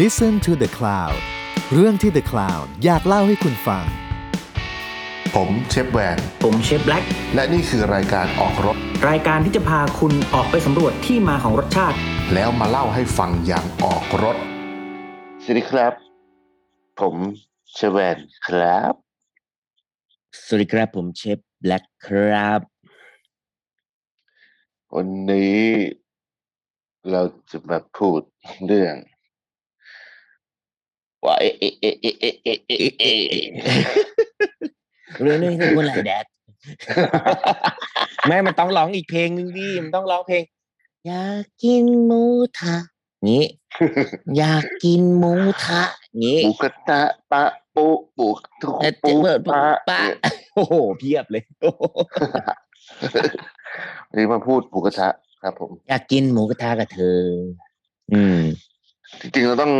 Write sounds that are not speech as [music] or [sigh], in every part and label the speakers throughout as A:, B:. A: Listen to the Cloud เรื่องที่ The Cloud อยากเล่าให้คุณฟัง
B: ผมเชฟแวน
C: ผมเชฟแบล็ก
B: และนี่คือรายการออกรถ
C: รายการที่จะพาคุณออกไปสำรวจที่มาของรสชาติ
B: แล้วมาเล่าให้ฟังอย่างออกรถ
D: สวัสดีครับ ผมเชฟแวนครับ
E: สวัสดีครับผมเชฟแบล็กครับ
D: วันนี้เราจะมาพูดเรื่องว่าเอะเอะเอะเอะเอะเอะเอะเอะ
E: เรื่องนี้คือคนหลายแดด
D: [laughs]
E: ไม่มันต้องร้องอีกเพลงนึงดิมันต้องร้องเพลง อยากกินหมูทะนี้ อยากกินหมูทะนี้
D: หมูกระทะปะปุปุทุก
E: แต่
D: ปุ
E: เจ๊เปิด
D: ปะ
E: ปะโอ้โหเพียบเลยโอ้โห
D: วันนี้มาพูดหมูกระทะครับผม
E: อยากกินหมูกระทะกับเธอ อืม
D: จริงๆเราต้อง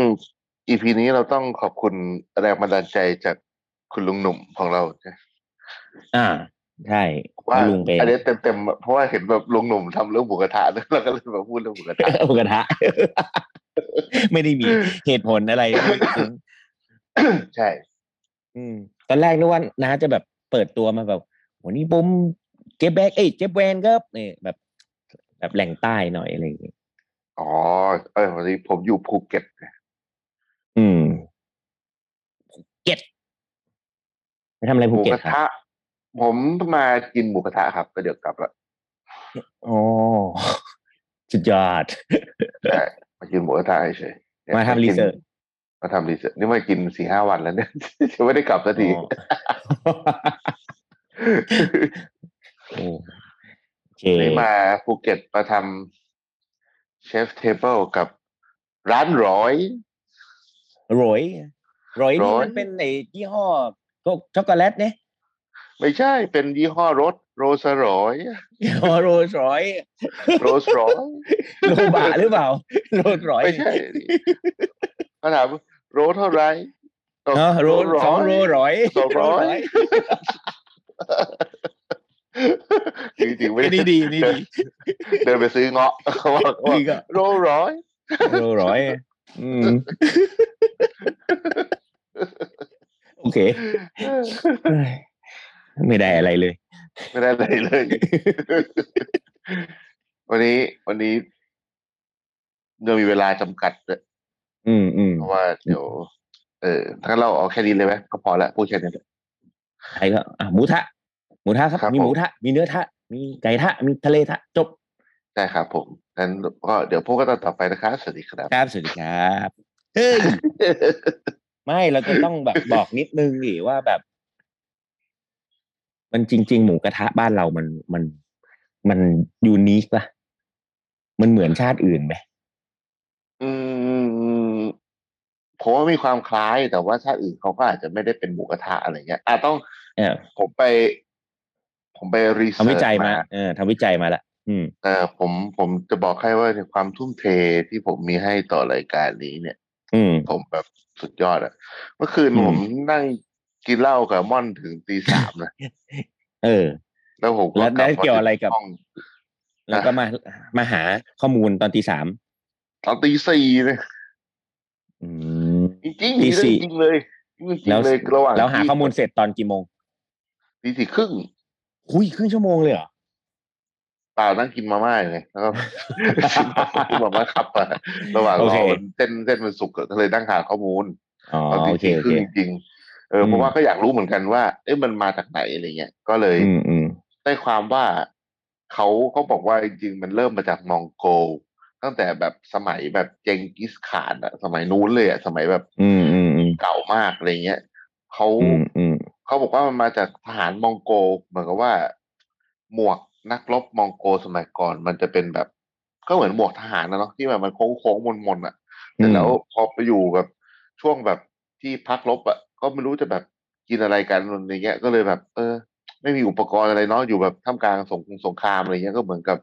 D: อีพีนี้เราต้องขอบคุณแรงบันดาลใจจากคุณลุงหนุ่มของเรานะ
E: อ่าใช่
D: ว่า
E: ลุงเป็น
D: อันนี้เต็มๆอะเพราะว่าเห็นแบบลุงหนุ่มทำเรื่องหมูกระทะ [laughs] แล้วเราก็เลยมาพูดเรื่องหมูกระทะ
E: หมูกระทะ [laughs] ไม่ได้มีเหตุผลอะไรลึกซึ้ง
D: ใช่
E: อืมตอนแรกนึกว่าน้าจะแบบเปิดตัวมาแบบวันนี้ผมเจ๊แบกเอ้ยเจ๊แวนครับเนี่ยแบบ แบบแหล่งใต้หน่อยอะไรอย่างเงี้ย
D: อ๋อเออวันนี้ผมอยู่ภูเก็ต
E: อืมภูเก็ตไปทำอะไร
D: ห
E: ภู
D: มู
E: เก็ต
D: กระ
E: ครับ
D: ทะ ผมมากินหมูกระทะครับก็เดี๋ยวกลับละ
E: อ๋ [laughs] อสุดยอด
D: ใช่มากินหมูกระทะเฉยๆเนี่ย
E: มาทำรีเสิร์ช
D: มาทำรีเสิร์ชนี่มากินสี่ห้าวันแล้วเนี่ย [laughs] ยังไม่ได้กลับสักที [laughs]
E: อ๋อโอ้โอเค
D: นี่มาภูเก็ตมาทำเชฟเทเบิลกับร้านร้อย
E: โรยโรยนี่
D: โรย
E: มันเป็นไอ้ยี่ห้อช็อกโกแลตเนี่ย [laughs]
D: ไม่ใช่เป็นยี่ห้อรถโรสรอย
E: ยี่ห้อโรยรอย
D: โรสรอย
E: โลบะหรือเปล่าโรยรอย
D: ไม่ใช่ดิ [laughs] เขาถามโรเท่าไหรตก
E: เนาะโร
D: ร้ย
E: สองโรร้อย
D: สองร้อย [laughs] จริงจริงๆไม่ได้
E: นี่ดีนี่ดี
D: เดินไปซื้อเงาะเขาบอกว่า
E: นี่ก็
D: โรร้อย
E: โรร้อยอืมโอเค ไม่ได้อะไรเลย
D: ไม่ได้อะไรเลย [laughs] วันนี้วันนี้เรามีเวลาจำกัดด้วย
E: อืมอืม
D: เพราะว่าเดี๋ยว เออถ้าเราเอาแค่นี้เลยไหมก็พอละพูดแค่นี้
E: ใครก็อ่ะหมูทะ หมูทะครับ
D: ครับ
E: มีหมู
D: ผม
E: ทะ มีเนื้อทะ มีไก่ทะ มีทะเลทะ จบ
D: ได้ครับผมนั้นก็เดี๋ยวพบกันตอนต่อไปนะครับสวัสดีครับ
E: ครับสวัสดีครับเฮ้ย [laughs] ไม่เราจะต้องแบบบอกนิดนึงดิว่าแบบ มันจริง ๆ หมูกระทะบ้านเรามันมันมันยูนิคปะมันเหมือนชาติอื่นไหม
D: อืมผมว่ามีความคล้ายแต่ว่าชาติอื่นเขาก็อาจจะไม่ได้เป็นหมูกระทะอะไรเงี้ยอ่ะต้อง
E: เออ
D: ผมไป ผมไปรีเสิ
E: ทำวิ
D: ร์ช
E: จัยมา เออทำวิจัยมาละอืม
D: เออผมผมจะบอกให้ว่าในความทุ่มเทที่ผมมีให้ต่อรายการนี้เนี่ย
E: อืม
D: ผมแบบสุดยอดอะเมื่อคืน
E: อืม
D: ผมนั่งกินเหล้ากับม่อนถึงตีสามนะ
E: เออ
D: แล้วผมก็
E: แล้ว
D: กลับ
E: ได้เกี่ยวอะไรกับ
D: ห้อง
E: แล้วก็มามาหาข้อมูลตอนตีสาม
D: ตอนตีสี่นะ
E: อืม
D: จริงๆจริง
E: ตีสี่
D: จริงเลยจริงๆ
E: แล้ว
D: เลยระหว่าง
E: แล้วหา
D: ที่
E: ข้อมูลเสร็จตอนกี่โมง
D: ตีสี่ครึ่ง
E: หุยครึ่งชั่วโมงเลยเหรอ
D: เปล่านั่งกินมาม่าอยู่ไงแล้วก็ [laughs] กินมาม่าขับมาระหว่างร
E: โอ
D: อ
E: เค
D: มันเส้นเส้นมันสุกอะก็เลยนั่งหาข้อมูล
E: อ๋อ
D: ตอน
E: โอ
D: ที่
E: เค
D: ที่
E: โอ
D: ขึ้
E: เค
D: นจริงๆเอออ
E: ม
D: เพราะว่าก็อยากรู้เหมือนกันว่า เอ๊ะมันมาจากไหนอะไรเงี้ยก็เลย
E: อืมอืม
D: ได้ความว่าเขาเขาบอกว่าจริงๆ มันเริ่มมาจากมองโกลตั้งแต่แบบสมัยแบบเจงกิสข่านอะสมัยนู้นเลยอะสมัยแบบ
E: อืมอืมอืม
D: เก่ามากอะไรเงี้ยเขา
E: อืมอืม
D: เขาบอกว่ามันมาจากทหารมองโกเหมือนกับว่า หมวกนักรบมองโกสมัยก่อน มันจะเป็นแบบ ก็เหมือนหมวกทหารนะเนาะที่แบบมันโค้งโค้งมนมนๆอ่ะ
E: อื
D: แต่
E: ม
D: แล้วพอไปอยู่แบบช่วงแบบที่พักรบอ่ะก็ไม่รู้จะแบบกินอะไรกันอะไรเงี้ย ก็เลยแบบ เออ ไม่มีอุปกรณ์อะไรเนาะอยู่แบบท่ามกลางสงครามสงครามอะไรเงี้ยก็เหมือนกับ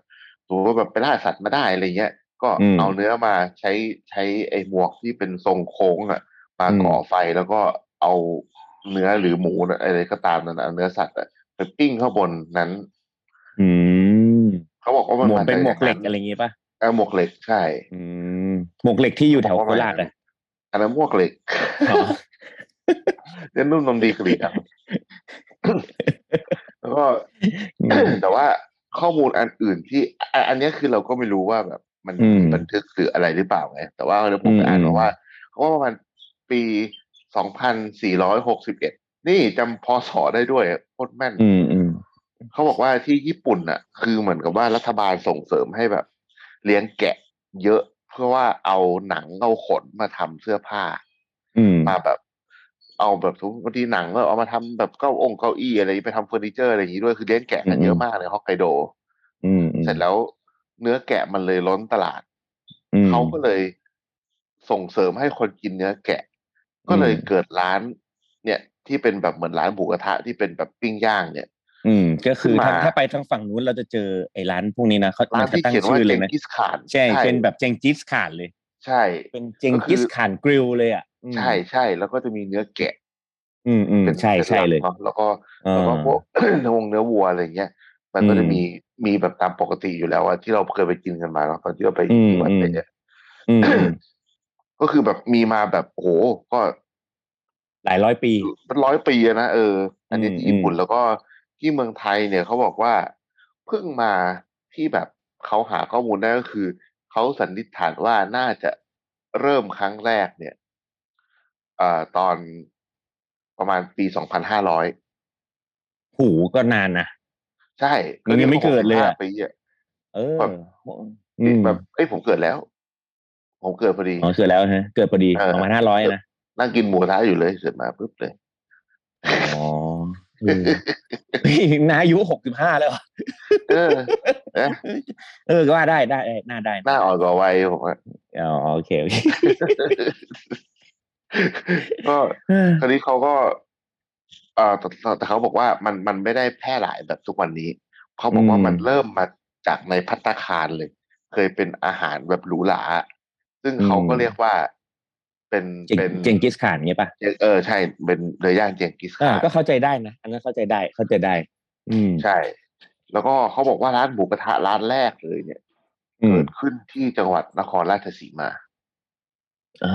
D: ตัวก็แบบไปล่าสัตว์มาได้อะไรเงี้ย ก็เอาเนื้อมาใช้ใช้ไอ้หมวกที่เป็นทรงโค้งอ่ะ มาก่อไฟแล้วก็เอาเนื้อหรือหมูนะอะไรก็ตามนั่นนะเนื้อสัตว์อะไปปิ้งข้างบนนั้น
E: อืม
D: เขาบอกว่ามัน
E: หมวกเป็นหมวก
D: าจา
E: เหล็ก
D: ย่าง
E: อะไรอย่างงี้ป่ะ
D: เออหมวกเหล็กใช่
E: อืมหมวกเหล็กที่อยู่แถวโคราชอ่ะ
D: อันนั้นมวกเหล็ก
E: อ๋อ
D: เนี่ยนุ่มนมดีกรีครับ
E: [laughs]
D: แล้วก็ แต่ว่าข้อมูลอันอื่นที่อ่ะอันเนี้ยคือเราก็ไม่รู้ว่าแบบ มัน
E: อืม
D: บันทึกหรืออะไรหรือเปล่าไงแต่ว่าเดี๋ยวผม
E: อืม
D: อ่านมาว่าเขาว่าประมาณปีสองพันสี่ร้อยหกสิบเอ็ดนี่จำพศได้ด้วยอะโคตรแม่น
E: อืมอืม
D: เขาบอกว่าที่ญี่ปุ่นน่ะ คือเหมือนกับว่ารัฐบาลส่งเสริมให้แบบ เลี้ยงแกะเยอะ เพื่อว่าเอาหนังเอาขนมาทำเสื้อผ้า
E: อืม
D: มาแบบ เอาแบบทุกบางทีหนังก็เอามาทำแบบเก้าองค์เก้าอี้อะไรอย่างงี้ไปทำเฟอร์นิเจอร์อะไรอย่างงี้ด้วยคือเลี้ยงแกะกันเยอะมากในฮอกไกโด
E: อืมอืม
D: เสร็จแล้วเนื้อแกะมันเลยล้นตลาด
E: อืม
D: เขาก็เลยส่งเสริมให้คนกินเนื้อแกะ ก็เลย
E: อืม
D: เกิดร้าน เนี่ย ที่เป็นแบบเหมือนร้านบุกระทะที่เป็นแบบปิ้งย่างเนี่ย
E: อืมก็คือถ้า
D: มา
E: ถ้าไปทางฝั่งนู้นเราจะเจอไอ้ร้านพวกนี้นะเขา
D: ร้าน
E: จะ
D: ที่
E: ตั้ง
D: เขียนว่า
E: ชื่อเล
D: เจ
E: ย
D: ง
E: ไหม
D: กิสขาน
E: ใช่เป็นแบบเจงจิสข่านเลย
D: ใช่
E: เป็นเจงกิสข่านกริลเลยอ่ะอืม
D: ใช่ใช่แล้วก็จะมีเนื้อแกะ
E: อืมอืม
D: เป็น
E: ใช่ใช่เลย
D: ป็นหกนอะแล้วก็
E: อ่า
D: แล้วก็พวก [coughs] เนื้อวงเนื้อวัวอะไรเงี้ยมันก็จะ
E: อืม
D: มีมีแบบตามปกติอยู่แล้วอะที่เราเคยไปกินกันมาเนาะตอนที่เราไป
E: อืม
D: ที่วัด
E: อืม
D: ไปเนี่ย
E: อืมอื
D: [coughs]
E: ม
D: ก็คือแบบมีมาแบบโอ้โหก็
E: หลายร้อยปี
D: เป็นร้อยปีอะนะเออ อันนี้
E: อืม
D: ที่ญี่ปุ่น
E: อืม
D: แล้วก็ที่เมืองไทยเนี่ยเขาบอกว่าเพิ่งมาที่แบบเขาหาข้อมูลได้ก็คือเขาสันนิษฐานว่าน่าจะเริ่มครั้งแรกเนี่ยเอ่อตอนประมาณปีสองพันห้าร้อย
E: หูก็นานนะ
D: ใช่
E: มันยังไม่เกิดเลยอะ
D: 65ปีอะ
E: เออ
D: แบบ
E: อืม
D: แบบเอ้ยผมเกิดแล้ว ผมเกิดพอดี
E: อ๋อเกิดแล้วฮะ เกิดพอดี
D: เออ
E: ประมาณห้าร้อยนะ
D: นั่งกินหมูกระทะอยู่เลยเกิดมาปุ๊บเลย
E: อ๋อเออเฮ้ย [laughs] นาอายุหกสิบห้าแล้วอะ
D: เออ เอ๊ะ
E: เออก็ว่าได้ได้ได้น่าได้
D: หน้าอ่อนกว่าวัยผมอะ [laughs]
E: อ๋อโอเคโอเค
D: ก็ คราวนี้เขาก็ เอ่อแต่แต่แต่เขาบอกว่ามันมันไม่ได้แพร่หลายแบบทุกวันนี้ เขาบอกว่ามันเริ่มมาจากในพัตตาคารเลย เคยเป็นอาหารแบบหรูหรา ซึ่งเขาก็เรียกว่าเป็น
E: เจ๋ง
D: เป็น
E: เจงกิสข่านเงี้ยป่ะ
D: เออใช่ เป็นเนื้อย่างเจยงกิส
E: อ่า
D: ข่าน
E: ก็เข้าใจได้นะอันนั้นเข้าใจได้เข้าใจได้ อืม
D: ใช่ แล้วก็เขาบอกว่าร้านหมูกระทะร้านแรกเลยเนี่ย
E: อืม
D: เกิดขึ้นที่จังหวัดนครราชสีมา
E: อ๋อ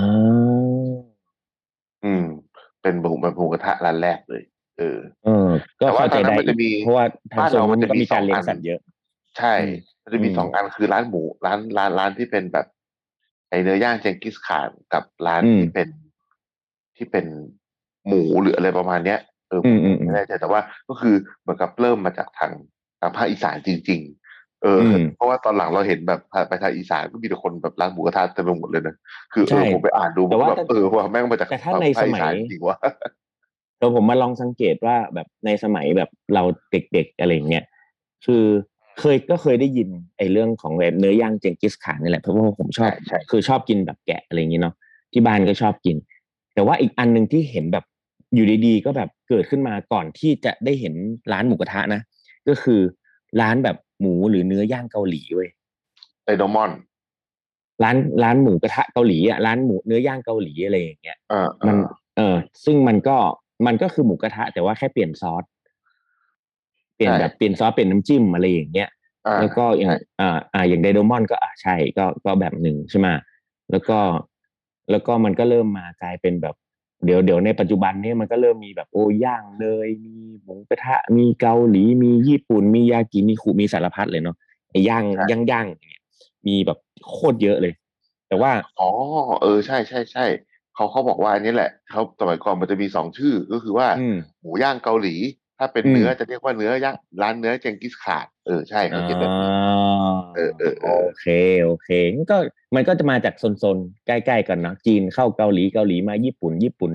D: อืม เป็นหมูแบบหมูกระทะร้านแรกเลยเออ
E: เออ ก็เข้าใจได้
D: แต่ว่าตอนนั้นมันจะมี
E: เพราะว่าทาง
D: บ้าน
E: โซน
D: เรามัน
E: น
D: จะ
E: ก็
D: มี
E: มีกา
D: สอ
E: ร
D: ง
E: เลี้ย
D: อั
E: ง
D: น
E: สัตว์เยอะ
D: ใช่
E: อืม
D: มันจะมี
E: อืม
D: สองอันคือร้านหมูร้านร้านร้านที่เป็นแบบไอเนื้อย่างเจงกิสข่านกับร้านที่เป็นที่เป็นหมูหรืออะไรประมาณเนี้ยเออ
E: อืมอืมอืม
D: ไม่แน่ใจแต่ว่าก็คือเหมือนกับเริ่มมาจากทางทางภาคอีสานจริง ๆ เอออ
E: ม
D: เพราะว่าตอนหลังเราเห็นแบบไปทางอีสานก็มีแต่คนแบบร้านหมูกระทะเต็มไปหมดเลยนะคือเอ
E: ใช่
D: อผมไปอ่านดู
E: แต่ว่า
D: แบบเออว่าแม่งมาจาก
E: แต่ถ้าในสมัย
D: ภคอีานจริงวะ
E: แต่ผมมาลองสังเกตว่าแบบในสมัยแบบเราเด็กๆอะไรอย่างเงี้ยคือเคยก็เคยได้ยินไอ้เรื่องของแบบเนื้อย่างเจงกิสข่านนี่แหละเพราะว่าผมชอบ
D: ใช่ใช่
E: คือชอบกินแบบแกะอะไรอย่างเงี้เนาะที่บ้านก็ชอบกิน แต่ว่าอีกอันหนึ่งที่เห็นแบบอยู่ดีๆ ก็แบบเกิดขึ้นมาก่อนที่จะได้เห็นร้านหมูกระทะนะ ก็คือร้านแบบหมูหรือเนื้อย่างเกาหลีเว้ย
D: ไดโนมอน
E: ร้านร้านหมูกระทะเกาหลีอ่ะร้านหมูเนื้อย่างเกาหลีอะไรอย่างเงี้ย
D: อ่า
E: มั
D: มัน
E: เออ ซึ่งมันก็มันก็คือหมูกระทะ แต่ว่าแค่เปลี่ยนซอสเปลี่ยนแบบเปลี่ยนซอสเปลี่ยนน้ำจิ้มอะไรอย่างเงี้ยแล้วก็อย่างอ่าอ่าอย่างไดโดมอนก็อ่ะใช่ก็ก็แบบหนึ่งใช่ไหมแล้วก็แล้วก็มันก็เริ่มมากลายเป็นแบบ เดี๋ยวเดี๋ยวในปัจจุบันเนี่ยมันก็เริ่มมีแบบโอย่างเนยมีหมูกระทะ มีเกาหลี มีญี่ปุ่น มียากิมีคุมีสารพัดเลยเนาะไอ้ย่างย่างย่างอย่างเนี่ยมีแบบโคตรเยอะเลย แต่ว่า
D: อ๋อเออใช่ใช่ใช่เขาเขาบอกว่าอันนี้แหละเขาสมัยก่อนมันจะมีสองชื่อก็คือว่า
E: อืม
D: หมูย่างเกาหลี ถ้าเป็น
E: อืม
D: เนื้อจะเรียกว่าเนื้อย่างร้านเนื้อเจงกิสขาดเออใช่เขาเขียนแบบนี้ เออเออเออ
E: โอเคโอเคงั้นก็มันก็จะมาจากโซนๆใกล้ๆกันเนาะจีนเข้าเกาหลีเกาหลีมาญี่ปุ่น ญี่ปุ่น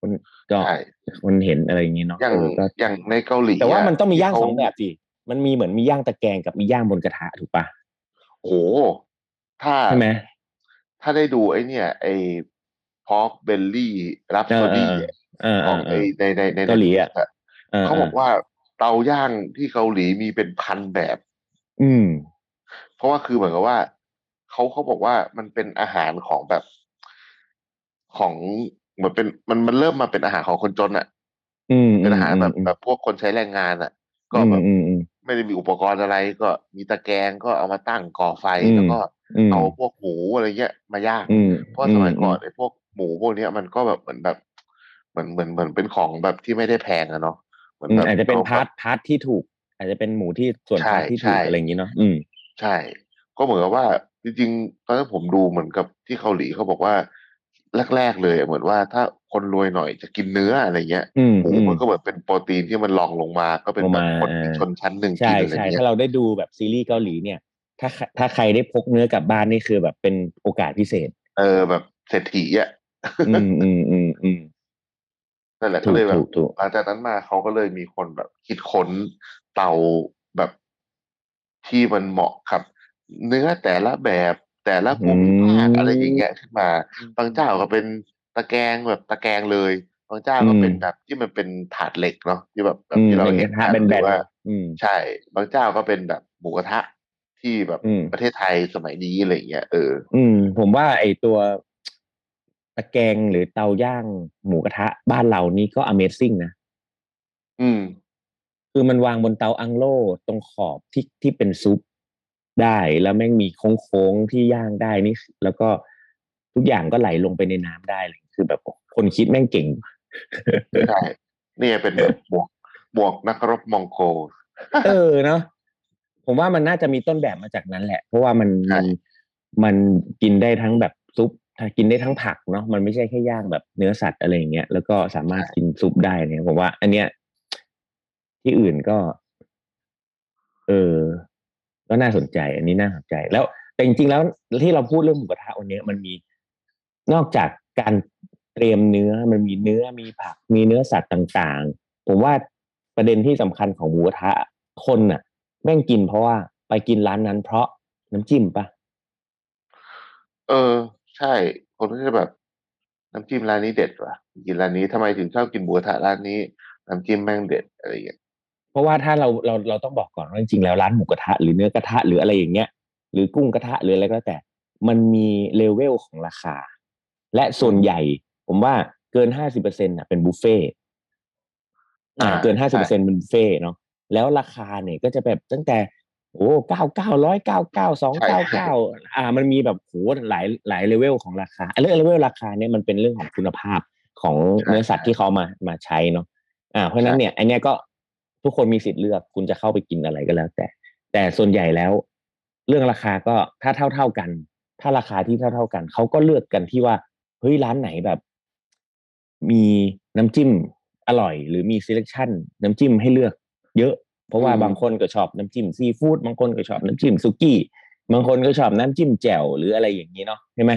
E: คนก็
D: ใช่
E: คนเห็นอะไรอย่างงี้เนาะ
D: อย่าง
E: เออก็
D: อย่างในเกาหลี
E: แต่ว่ามันต้องมีย่าง
D: เข
E: สองแบบสิมันมีเหมือนมีย่างตะแกรงกับมีย่างบนกระทะถูกปะ
D: โอ้โหถ้า
E: ใช่ไหม
D: ถ้าได้ดูไอ้เนี่ย ไอ้พอกเบลลี่รับซอดี้
E: เออ
D: ของ
E: เอ
D: ไอ้
E: อ
D: ในในใน
E: เกาหลีอะ เออ
D: เขาบอกว่าเตาย่างที่เกาหลีมีเป็นพันแบบ
E: อืม
D: เพราะว่าคือเหมือนกับว่าเขาเขาบอกว่ามันเป็นอาหารของแบบของเหมือนเป็นมันมันเริ่มมาเป็นอาหารของคนจนอะ
E: อืม
D: เป็นอาหารแบบ
E: อืม
D: แบบพวกคนใช้แรงงานอะก็แบบ
E: อืมอืม
D: ไม่ได้มีอุปกรณ์อะไร ก็มีตะแกรงก็เอามาตั้งก่อไฟ
E: อืม
D: แล้วก็
E: ม
D: เอาพวกหมูอะไรเงี้ยมาย่าง
E: อืม
D: เพราะสมัยก่อนไอ้พวกหมูพวกเนี้ยมันก็แบบเหมือนแบบเหมือนเหมือนเหมือนเป็นของแบบที่ไม่ได้แพงอะเนาะเหมือน
E: อืม
D: แบบ
E: อาจจะเป็น
D: รแบบ
E: พาร์ทพาร์ทที่ถูก อาจจะเป็นหมูที่ส่วนพาร์ทที่ถูก
D: ใช่
E: อะไรอย่างนี้เนาะอืม
D: ใช่ ก็เหมือนกับว่าจริงๆตอนนั้นผมดูเหมือนกับที่เกาหลีเขาบอกว่า แรก ๆ เลยอะเหมือนว่าถ้าคนรวยหน่อยจะกินเนื้ออะไรเงี้ย
E: อืม
D: หมู
E: อืม
D: มันก็เหมือนเป็นโปรตีนที่มันรองลงมา ก็เป็น
E: ลง
D: แบ
E: มา
D: บคนอีก
E: อ่า
D: ชนชั้นหนึ่ง
E: ใช่
D: กินอะไร
E: ใช่
D: เงี้ย
E: ถ้าเราได้ดูแบบซีรีส์เกาหลีเนี่ย ถ้าใครถ้าใครได้พกเนื้อกลับบ้านนี่คือแบบเป็นโอกาสพิเศษ
D: เออแบบเศรษฐีอ่ะ
E: อืมอืมอืมอืม
D: นั่นแหละ [laughs] ก็
E: ถูก
D: เลยแบบ
E: ถูกถูก
D: หลังจากนั้นมาเขาก็เลยมีคนแบบคิดค้นเตาแบบที่มันเหมาะกับ เนื้อแต่ละแบบแต่ละภูมิภาคอะไรอย่างเงี้ยขึ้นมา บางเจ้าก็เป็นตะแกรงแบบตะแกรงเลย บางเจ้าก็เป็นแบบที่มันเป็นถาดเหล็กเนาะที่แบบแบบ
E: อืม
D: ที่เรา
E: เป็นก
D: เห็น
E: ระทะ
D: ห
E: แบ
D: รื
E: น
D: ว่า
E: ๆอืม
D: ใช่ บางเจ้าก็เป็นแบบหมูกระทะที่แบบ
E: อืม
D: ประเทศไทยสมัยนี้อะไรอย่างเงี้ยเออ
E: อืม ผมว่าไอตัวตะแกรงหรือเตาย่างหมูกระทะบ้านเรานี่ก็ Amazing นะ
D: อืม
E: คือมันวางบนเตาอังโลตรงขอบที่ที่เป็นซุปได้แล้วแม่งมีโค้งๆที่ย่างได้นี่คือแล้วก็ทุกอย่างก็ไหลลงไปในน้ำได้เลยคือแบบคนคิดแม่งเก่ง
D: ใช่เนี่ยเป็นแบบหมวกหมวกนักรบมองโก
E: [laughs] เออเนาะผมว่ามันน่าจะมีต้นแบบมาจากนั้นแหละ เพราะว่ามัน
D: ใช่
E: มันมันกินได้ทั้งแบบซุปถ้ากินได้ทั้งผักเนาะมันไม่ใช่แค่ย่างแบบเนื้อสัตว์อะไรอย่างเงี้ยแล้วก็สามารถกินซุปได้เนี่ยผมว่า อันเนี้ยที่อื่นก็ เออ ก็น่าสนใจ อันนี้น่าสนใจ แล้วแต่จริงๆแล้วที่เราพูดเรื่องหมูกระทะวันเนี้ยมันมีนอกจากการเตรียมเนื้อมันมีเนื้อมีผัก มีเนื้อสัตว์ต่างๆ ผมว่าประเด็นที่สำคัญของหมูกระทะคนน่ะ แม่งกินเพราะว่าไปกินร้านนั้นเพราะน้ำจิ้มปะ
D: เออ ใช่ คนก็จะแบบ น้ำจิ้มร้านนี้เด็ดว่ะกินร้านนี้ทำไมถึงชอบกินหมูกระทะร้านนี้ น้ำจิ้มแม่งเด็ดอะไรอย่างเงี้ย
E: เพราะว่าถ้าเราเราเราต้องบอกก่อนว่าจริงๆแล้วร้านหมูกระทะหรือเนื้อกระทะหรืออะไรอย่างเงี้ย หรือกุ้งกระทะหรืออะไรก็แล้วแต่ มันมีเลเวลของราคา และส่วนใหญ่ ผมว่าเกินห้าสิบเปอร์เซ็นต์่ะเป็นบุฟเฟ่ต์อ่าเกินห้าสิบเปอร์เซ็นต์เป็นบุฟเฟ่ต์เนาะแล้วราคาเนี่ยก็จะแบบตั้งแต่ โอ้เก้าเก้าร้อยเก้าเก้าสองเก้าเก้าอ่า มันมีแบบโหหลายหลายเลเวลของราคาเรื่องเลเวลราคาเนี่ยมันเป็นเรื่องของคุณภาพของเนื้อสัตว์ที่เขาเอามามาใช้เนาะอ่า เพราะฉะนั้นเนี่ยไอันเนี้ยก็ทุกคนมีสิทธิ์เลือกคุณจะเข้าไปกินอะไรก็แล้ว แต่ แต่ส่วนใหญ่แล้ว เรื่องราคาก็ถ้าเท่าเท่าๆกัน ถ้าราคาที่เท่าเท่าๆกันเขาก็เลือกกันที่ว่าเฮ้ยร้านไหนแบบ มีน้ำจิ้มอร่อย หรือมี selection น้ำจิ้มให้เลือก เยอะ เพราะว่าบางคนก็ชอบน้ำจิ้มซีฟู้ดบางคนก็ชอบน้ำจิ้มสุกี้บางคนก็ชอบน้ำจิ้มแจ่วหรืออะไรอย่างนี้เนาะใช่ไหม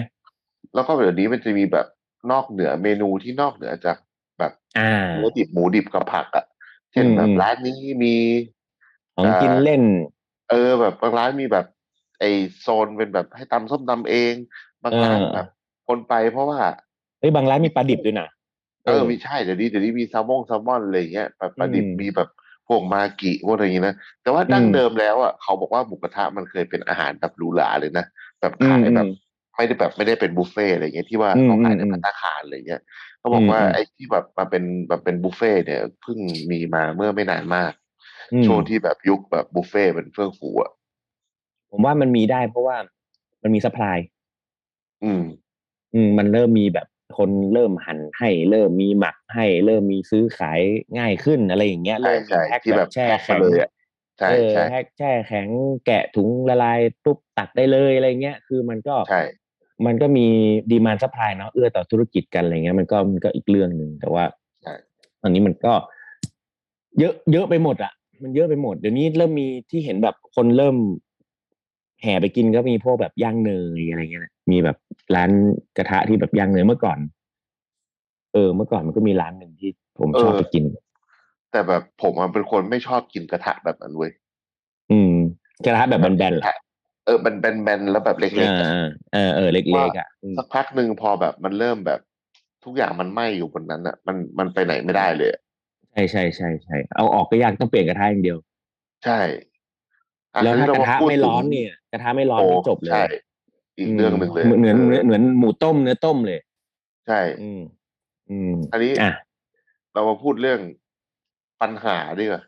D: แล้วก็เดี๋ยวนี้มันจะมีแบบนอกเหนือเมนูที่นอกเหนือจากแบบ
E: อ่า
D: เนื้อดิบหมูดิบกับผักอะ่ะ เช่นแบบ
E: อืม
D: ร้านนี้มี
E: ของกินเล่น
D: เออแบบบางร้านมีแบบไอโซนเป็นแบบให้ตำส้มตำเอง บางร้าน
E: เออ
D: แบบคนไปเพราะว่า
E: เฮ้ยบางร้านมีปลาดิบด้วยนะ
D: เออมีใช่เดี๋ยวนี้เดี๋ยวนี้มีแซลมอนแซลมอนอะไรอย่างเงี้ยแบบปลาดิบ
E: อืม
D: มีแบบพวกมากิพวกอะไรอย่างงี้นะแต่ว่าดั้ง
E: อืม
D: เดิมแล้วอ่ะเขาบอกว่าหมูกระทะมันเคยเป็นอาหารแบบหรูหราเลยนะแบบ
E: อื
D: ขาม ยแบบไม่ได้แบบไม่ได้เป็นบุฟเฟ่ต์อะไรอย่างเงี้ยที่ว่า
E: อืม
D: เขาขายใน
E: อืม
D: พัตตาคารอะไรอย่างเงี้ยเขาบอกว่า
E: อืม
D: ไอ้ที่แบบมาเป็นแบบเป็นบุฟเฟ่ต์เนี่ยเพิ่งมีมาเมื่อไม่นานมาก
E: อืม
D: ช่วงที่แบบยุคแบบบุฟเฟ่ต์เป็นเฟื่องฟูอ่ะ
E: ผมว่ามันมีได้เพราะว่ามันมีสป라이
D: อืม
E: อืมมันเริ่มมีแบบคนเริ่มหั่นให้ เริ่มมีหมักให้ เริ่มมีซื้อขายง่ายขึ้นอะไรอย่างเงี้ย
D: ใช่
E: เริ่มมี
D: ใช่
E: แพ็ค
D: ที่แบบ
E: แช่
D: แพ็คมา
E: แข็ง
D: เลยอะ ใช่
E: เออ
D: ใช่
E: แพ็คแช่แข็งแกะถุงละลายปุ๊บตักได้เลยอะไรเงี้ยคือมันก็
D: ใช่
E: มันก็มีดีมานซัพพลายเนาะเอื้อต่อธุรกิจกันอะไรเงี้ยมันก็มันก็อีกเรื่องหนึ่งแต่ว่า
D: ใช่
E: ตอนนี้มันก็ เยอะเยอะไปหมดอะมันเยอะไปหมดเดี๋ยวนี้เริ่มมีที่เห็นแบบคนเริ่ม แห่ไปกินก็มีพวกแบบย่างเนยอะไรเงี้ยนะมีแบบร้านกระทะที่แบบย่างเนยเมื่อก่อน เออ เมื่อก่อนมันก็มีร้านหนึ่งที่ผมชอบไปกิน
D: แต่แบบผมอะเป็นคนไม่ชอบกินกระทะแบบนั้นเว้ย
E: อืมกระทะแบบแบนๆเหรอ
D: เออมันแบนๆแล้วแบบเล็กๆอ
E: เอ
D: ะ
E: อเออเออเล็กๆอ่ะอืม
D: สักพักหนึ่งพอแบบมันเริ่มแบบทุกอย่างมันไหม้อยู่บนนั้นอะมันมันไปไหนไม่ได้เลยอะ
E: ใช่ใช่ใช่ใช่เอาออกก็ยากต้องเปลี่ยนกระทะอย่างเดียว
D: ใช่อ่
E: แล้ว
D: คือ
E: ถ้าก
D: เม
E: ระทะ
D: พูด
E: ไม่ร้อน
D: ถึง
E: เนี่ยกระทะไม่ร้อน
D: โอ้
E: ไม่จบเลย
D: ใช่อีกเรื่องหนึ่งเลย
E: เหมือนเหมือน
D: เออ
E: เหมือนหมูต้มเนื้อต้มเลย
D: ใช่
E: อืม อืม
D: อันนี้
E: อ่ะ
D: เรามาพูดเรื่องปัญหาดีกว่า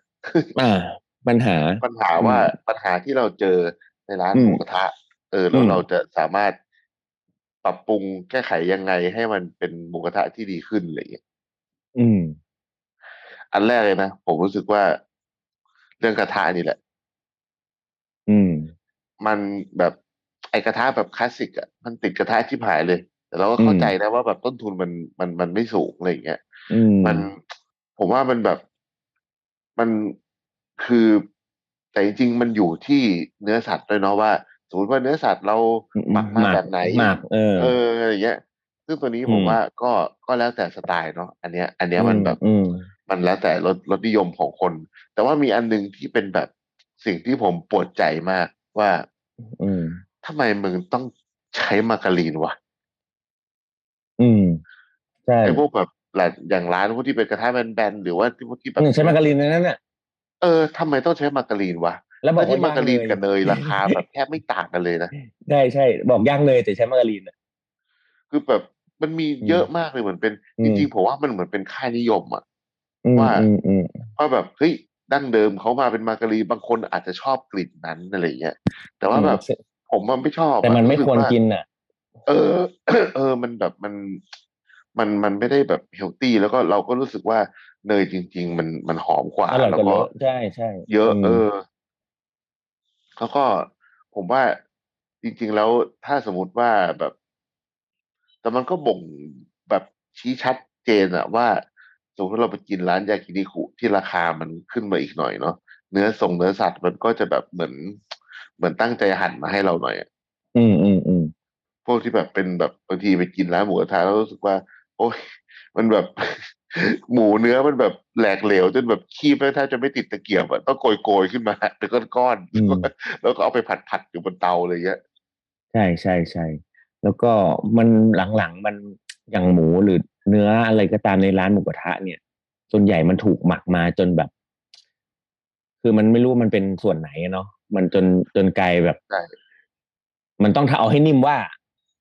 E: อ่า ปัญหา
D: ปัญหาว่าปัญหาที่เราเจอในร้านหมูกระทะ เออแล้
E: อื
D: ว
E: ม
D: เราจะสามารถปรับปรุงแก้ไขยังไงให้มันเป็นหมูกระทะที่ดีขึ้นอะไรอย่างเงี้ย
E: อืม
D: อันแรกเลยนะ ผมรู้สึกว่าเรื่องกระทะนี่แหละ
E: อืม
D: มันแบบไอกระทะแบบคลาสสิกอ่ะมันติดกระทะที่ผายเลย แต่เราก็เข้า
E: อืม
D: ใจนะว่าแบบต้นทุนมันมันมันไม่สูงอะไรอย่างเงี้ย
E: อืม
D: มันผมว่ามันแบบมันคือแต่จริงๆมันอยู่ที่เนื้อสัตว์ด้วยเนาะว่าสมมติว่าเนื้อสัตว์เราหมักมาแบบไหน
E: หมักเออ
D: เอออะไรอย่างเงี้ย ซึ่งตัวนี้
E: อืม
D: ผมว่าก็ก็แล้วแต่สไตล์เนาะอันเนี้ย อันเนี้ยมันแบบ
E: อืม
D: มันแล้วแต่รสรสนิยมของคน แต่ว่ามีอันหนึงที่เป็นแบบสิ่งที่ผมปวดใจมากว่า
E: อืม
D: ทำไมมึงต้องใช้มาการีนวะ
E: อืม ใช่
D: ไอ้พวกแบบหลายอย่างร้านพวกที่เป็นกระทะแบนๆหรือว่าที่พวกที่แบบ
E: ใช้มาการีนในนั้นน่ะ
D: เออทำไมต้องใช้มาการีนวะ
E: แล้วบอ
D: แล้
E: ก
D: วที่
E: ว่
D: มาการีน
E: ย่ง
D: กับเนยราคาแบบแทบไม่ต่างกันเลยนะ
E: ใช่ใช่ บอกย่างเนยแต่ใช้มาการีนน่ะ
D: คือแบบมันมี
E: อืม
D: เยอะมากเลยเหมือนเป็น
E: อืม
D: จริงๆผมว่ามันเหมือนเป็นค่านิยมอะ
E: อืม
D: ว่า
E: อืมอืม
D: ว่าแบบเฮ้ยดั้งเดิมเขามาเป็นมาการีนบางคนอาจจะชอบกลิ่นนั้นอะไรอย่างเงี้ยแต่ว่าแบบผมมันไม่ชอบอะ
E: แต่มันไม่
D: สึ
E: ควรา กินน่ะ
D: เอ [coughs] อ เออมันแบบมันมันมันไม่ได้แบบเฮลตี้แล้วก็เราก็รู้สึกว่าเนยจริง ๆ มันมันหอมกว่า
E: อร่อย
D: แล้
E: กว่าวเย
D: ก็
E: อะใช่ใช่
D: เยอะ
E: ม
D: เออ แล้วก็ผมว่าจริง ๆ แล้วถ้าสมมติว่าแบบ แต่มันก็บ่งแบบชี้ชัดเจนอะว่า สมมติเราไปกินร้านยากินิคุที่ราคามันขึ้นมาอีกหน่อยเนาะเนื้อส่งเนื้อสัตว์มันก็จะแบบเหมือน เหมือนตั้งใจหั่นมาให้เราหน่อยอะ
E: อืมอืมอืม
D: พวกที่แบบเป็นแบบบางทีไปกินร้านหมูกระทะแล้วรู้สึกว่า โอ้ย [laughs] มันแบบ หมูเนื้อมันแบบแหลกเหลวจนแบบคีบแล้วแทบจะไม่ติดตะเกียบอะต้องโกยๆขึ้นมา [laughs] เป็นก้อน
E: อืม
D: ๆ [laughs] แล้วก็เอาไปผัดผัดๆอยู่บนเตาเลยเงี้ย
E: ใช่ใช่ใช่แล้วก็มันหลังๆมันอย่างหมูหรือเนื้ออะไรก็ตามในร้านหมูกระทะเนี่ย ส่วนใหญ่มันถูกหมักมาจนแบบ คือมันไม่รู้มันเป็นส่วนไหนอะเนาะมันจนจนกลายแบบ มันต้องเอาให้นิ่มว่า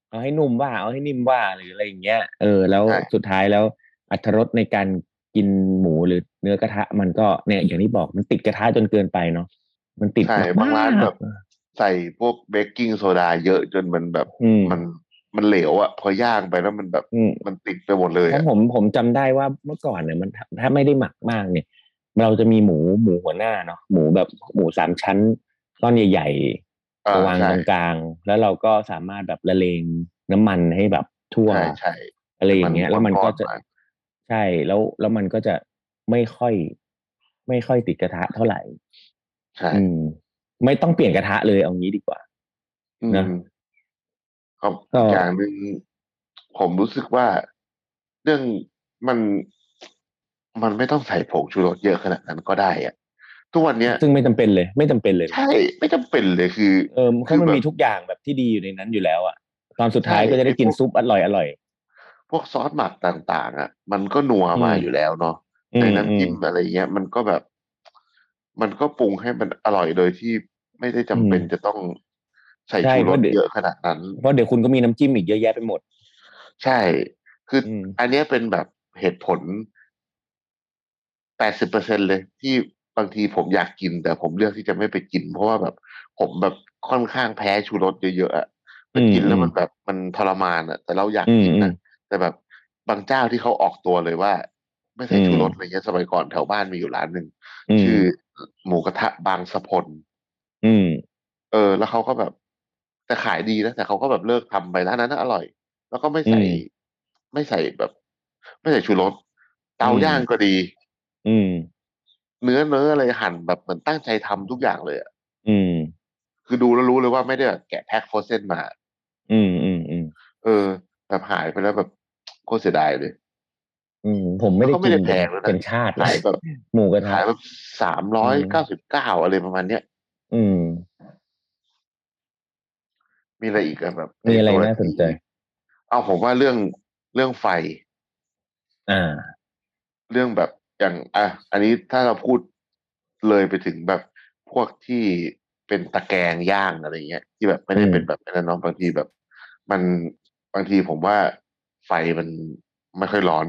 E: เอาให้นุ่มว่า เอาให้นิ่มว่าหรืออะไรอย่างเงี้ยเออแล้วสุดท้ายแล้วอรรถรสในการกินหมูหรือเนื้อกระทะ มันก็เนี่ย อย่างที่บอกมันติดกระทะจนเกินไปเนาะมันติด
D: ใช่บางร้าน
E: มกๆ
D: แบบใส่พวกเบกกิ้งโซดาเยอะจนมันแบบ
E: อืม
D: มันมันเหลวอะพอย่างไปแล้วมันแบบ
E: อืม
D: มันติดไปหมดเลย
E: เพ
D: อะ
E: ราะผมผมจำได้ว่าเมื่อก่อนเนี่ยมันถ้าถ้าไม่ได้หมักมากเนี่ย เราจะมีหมูหมูหัวหน้าเนาะหมูแบบหมูสามชั้นก้อนใหญ่ๆ
D: เออ
E: วาง
D: ใช่
E: ตรงกลางแล้วเราก็สามารถแบบละเลงน้ำมันให้แบบทั่ว
D: ใช่ใช่
E: อะไรอย่างเงี้ย
D: มั
E: แล้
D: น
E: วมันก็
D: ทอด
E: จะ
D: มา
E: ใช่แล้วแล้วมันก็จะไม่ค่อย ไม่ค่อยติดกระทะเท่าไหร่
D: ใช่
E: อืม ไม่ต้องเปลี่ยนกระทะเลยเอางี้ดีกว่า
D: อื
E: นะ
D: มครับ
E: ก็
D: อย่างหนึ่งผมรู้สึกว่าเรื่องมันมันไม่ต้องใส่ผงชูรสเยอะขนาดนั้นก็ได้อะทุกวันเนี้ย
E: ซึ่งไม่จำเป็นเลย ไม่จำเป็นเลย
D: ใช่ไม่จำเป็นเลยคือ
E: เออเพราะมั
D: คือ
E: น
D: แบบ
E: มีทุกอย่างแบบที่ดีอยู่ในนั้นอยู่แล้วอะตอนสุดท้าย
D: ใช่
E: ก็จะได้กิน
D: ไอ้พวก
E: ซุปอร่อยอร่อย
D: พวกซอสหมักต่าง ๆ อ่ะ มันก็นัวมา
E: อืม
D: อยู่แล้วเนาะ
E: อื
D: ใน
E: ม
D: น้ำจิ้ม
E: อืม
D: อะไรเงี้ยมันก็แบบ มันก็ปรุงให้มันอร่อยโดยที่ไม่ได้จำเป็น
E: อืม
D: จะต้องใส่
E: ใช่
D: ชูรส
E: เพราะเดี๋ยว
D: เยอะขนาดนั้น
E: เพราะเดี๋ยวคุณก็มีน้ำจิ้มอีกเยอะแยะไปหมด
D: ใช่ คืออ
E: อืม
D: อันเนี้ยเป็นแบบเหตุผล 80%เลย ที่บางทีผมอยากกิน แต่ผมเลือกที่จะไม่ไปกิน เพราะว่าแบบ ผมแบบค่อนข้างแพ้ชูรสเยอะๆอะมันกิน
E: อืม
D: แล้วมันแบบมันทรมานอะแต่เราอยาก
E: อืม
D: กินนะ
E: อืม
D: แต่แบบบางเจ้าที่เขาออกตัวเลยว่า ไม่ใส่
E: อืม
D: ชูรสอะไรเงี้ยสมัยก่อนแถวบ้านมีอยู่ร้านหนึ่ง
E: อืม
D: ชื่อหมูกระทะบางสะพล
E: อืม
D: เออ แล้วเขาก็แบบแต่ขายดีนะ แต่เขาก็แบบเลิกทำไปร้านนั้นนะอร่อย แล้วก็ไม่ใส่
E: อืม
D: ไม่ใส่แบบ ไม่ใส่ชูรสเตา
E: อืม
D: ย่างก็ดี
E: อืม
D: เนื้อเนื้ออะไรหั่นแบบเหมือนตั้งใจทำทุกอย่างเลยอะ
E: อืม
D: คือดูแล้วรู้เลยว่าไม่ได้แบบแกะแพ็คโฟรเซนมา
E: อืมอืมอืม
D: เออ แบบหายไปแล้วแบบโคตรเสียดายเลย
E: อืมผมไม่
D: แล้
E: ได้
D: วก็ไม่
E: กิน
D: ได้
E: เป็น
D: แพงด้วยนะ
E: เป็นชาติเล
D: ขาย
E: ย
D: แบบ
E: หมูกระทะ
D: ขายแบบสามร้อยเก้าสิบเก้าอะไรประมาณเนี้ย
E: อืม
D: มีอะไรอีกอะแบบ
E: มีอะไรน่าสนใจ
D: เอาผมว่าเรื่องเรื่องไฟ
E: อ่า
D: เรื่องแบบอย่างอ่ะอันนี้ถ้าเราพูดเลยไปถึงแบบพวกที่เป็นตะแกรงย่างอะไรเงี้ย ที่แบบไม่ได้
E: อืม
D: เป็นแบบนั้นเน้องบางทีแบบ มันบางทีผมว่าไฟมันไม่ค่อยร้อน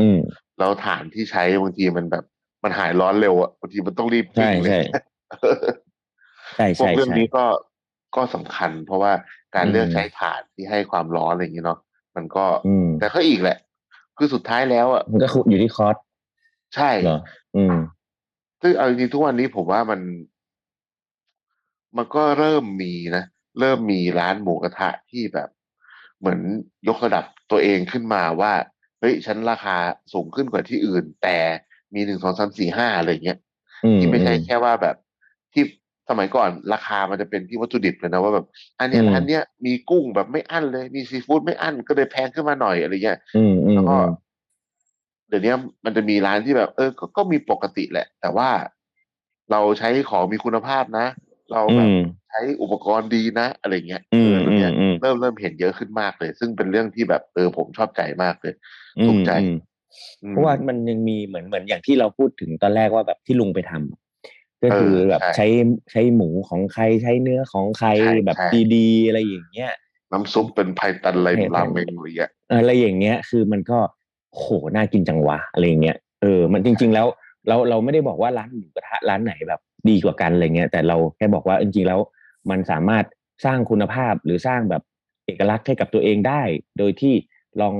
E: อืม
D: แล้วถ่านที่ใช้บางทีมันแบบ มันหายร้อนเร็วอะบางทีมันต้องรีบวิ่
E: ใช่
D: งเลย
E: ใช่
D: [laughs]
E: ใช่
D: พวก
E: ใช่
D: เรื่อง
E: ใช่
D: นี้ก็ก็สำคัญ เพราะว่าการ
E: อืม
D: เลือกใช้ถ่านที่ให้ความร้อนอะไรอย่างนี้เนาะมันก็
E: อืม
D: แต่ก็อีกแหละ คือสุดท้ายแล้วอ่ะ
E: มันก็คืออยู่ที่คอร์ส
D: ใช่
E: เหรออืม
D: ซึ่งเอาจริงๆทุกวันนี้ผมว่ามัน มันก็เริ่มมีนะเริ่มมีร้านหมูกระทะที่แบบ เหมือนยกระดับตัวเองขึ้นมาว่าเฮ้ยฉันราคาสูงขึ้นกว่าที่อื่น แต่มีหนึ่งสองสามสี่ห้าอะไรอย่างเงี้ย
E: อืม
D: ที่ไม่ใช่
E: อื
D: แค่ว่าแบบที่สมัยก่อนราคามันจะเป็นที่วัตถุดิบเลยนะว่าแบบ อันเนี้ย
E: อืม
D: ร้านเนี้ยมีกุ้งแบบไม่อั้นเลย มีซีฟู้ดไม่อั้นก็เลยแพงขึ้นมาหน่อยอะไรเงี้ย
E: อืมอืม
D: แล้วก็
E: อืม
D: เดี๋ยวนี้มันจะมีร้านที่แบบ เออก็ก็มีปกติแหละ แต่ว่าเราใช้ของมีคุณภาพนะ เรา
E: อื
D: แบบ
E: ม
D: ใช้อุปกรณ์ดีนะ อะไรเงี้ย
E: อืม
D: เออ
E: อื
D: เรื่อง
E: ม
D: เนี้ย
E: อืม
D: เริ่มเริ่มเห็นเยอะขึ้นมากเลย ซึ่งเป็นเรื่องที่แบบเออผมชอบใจมากเลย
E: อืม
D: ถูกใจ
E: อืม
D: อืม
E: เพราะว่ามันยังมีเหมือนเหมือนอย่างที่เราพูดถึงตอนแรกว่าแบบที่ลุงไปทำก็คือ
D: เออ
E: แบบ
D: ใช่
E: ใช้ใช้หมูของใครใช้เนื้อของใคร
D: ใช่
E: แบบ
D: ใช่
E: ดีๆอะไรอย่างเงี้ย
D: น้ำซุปเป็นไพตันไร
E: ใช่
D: ราเมงอะไรเงี้ย
E: เอออะไรอย่างเงี้ยคือมันก็โหน่ากินจังวะอะไรอย่างเงี้ยเออมันจริง ๆ แล้วเราเราไม่ได้บอกว่าร้านหมูกระทะร้านไหนแบบดีกว่ากันอะไรเงี้ยแต่เราแค่บอกว่าจริงๆแล้ว มันสามารถสร้างคุณภาพหรือสร้างแบบเอกลักษณ์ให้กับตัวเองได้ โดยที่ลอง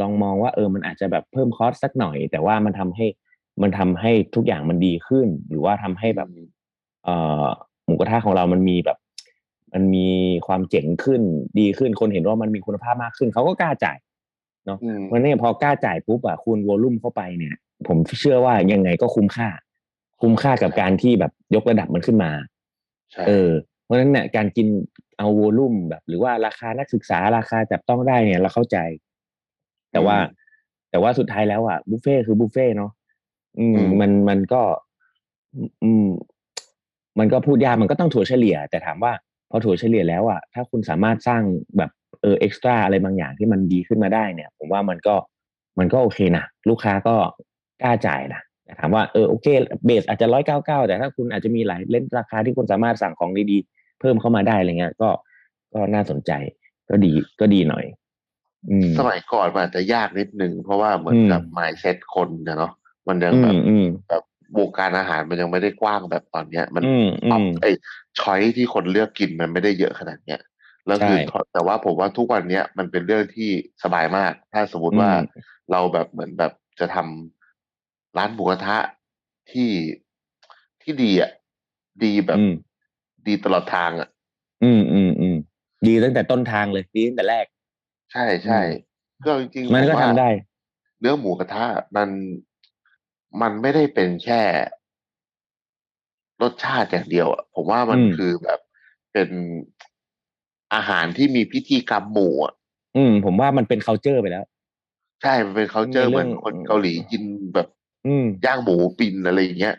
E: ลองมองว่าเออมันอาจจะแบบเพิ่มคอสสักหน่อย แต่ว่ามันทำให้มันทำให้ทุกอย่างมันดีขึ้น หรือว่าทำให้แบบ เอ่อหมูกระทะของเรามันมีแบบ มันมีความเจ๋งขึ้นดีขึ้นคนเห็นว่ามันมีคุณภาพมากขึ้นเขาก็กล้าจ่ายเนาะ
D: อืม
E: เพราะฉะนี่พอกล้าจ่ายปุ๊บอะคูณวอลลุ่มเข้าไปเนี่ย ผมเชื่อว่ายังไงก็คุ้มค่า คุ้มค่ากับการที่แบบยกระดับมันขึ้นมา
D: ใช่
E: เออเพราะฉะนั้นเนี่ยการกินเอาวอลลุ่มแบบ หรือว่าราคานักศึกษาราคาจับต้องได้เนี่ยเราเข้าใจ แต่ว่า แต่ว่าสุดท้ายแล้วอ่ะบุฟเฟ่ต์คือบุฟเฟ่ต์เนาะอืม
D: อืม
E: มันมันก็ อืม มันก็พูดยากมันก็ต้องถั่วเฉลี่ย แต่ถามว่า พอถั่วเฉลี่ยแล้วอ่ะถ้าคุณสามารถสร้างแบบเออเอ็กซ์ตร้าอะไรบางอย่างที่มันดีขึ้นมาได้เนี่ย ผมว่ามันก็มันก็โอเคนะลูกค้าก็กล้าจ่ายนะแต่ถามว่าเออโอเคเบสอาจจะร้อยเก้าเก้าแต่ถ้าคุณอาจจะมีหลายเล่นราคาที่คุณสามารถสั่งของดีๆเพิ่มเข้ามาได้อะไรเงี้ยก็ก็น่าสนใจ ก็ดีก็ดีหน่อย อืม
D: สมัยก่อนมันอาจจะยากนิดนึงเพราะว่าเหมือน
E: อืม
D: กับ mindset คนเนยเนาะมันยัง
E: อื
D: แบบ
E: มอืม
D: แบบวงการอาหารมันยังไม่ได้กว้างแบบตอนเนี้ย มัน
E: อืมอื
D: ปรับ
E: ม
D: ไอ้ช้อยที่คนเลือกกินมันไม่ได้เยอะขนาดเนี้ยแล้วคือ
E: ใช่
D: แต่ว่าผมว่าทุกวันเนี้ยมันเป็นเรื่องที่สบายมาก ถ้าสมมติว่า
E: อืม
D: เราแบบเหมือนแบบจะทำร้านหมูกระทะที่ที่ดีอ่ะดีแบบ
E: อืม
D: ดีตลอดทางอ่ะ
E: อืมอืมอืมดีตั้งแต่ต้นทางเลยดีตั้งแต่แรก
D: ใช่ใช่
E: อืม
D: ก็จริงๆ
E: มัน
D: ผ
E: ก็
D: ว่า
E: ทำได้
D: เนื้อหมูกระทะมันมันไม่ได้เป็นแค่รสชาติอย่างเดียวอะผมว่ามัน
E: อืม
D: คือแบบเป็นอาหารที่มีพิธีกรรมหมู่อะ
E: อืม ผมว่ามันเป็น c u เจอร์ไปแล้ว
D: ใช่มันเป็นเขาเจอ
E: ในเรื่อง
D: เหมือนคนเกาหลีกินแบบ
E: อืม
D: ย่างหมูปินอะไรอย่างเงี้ย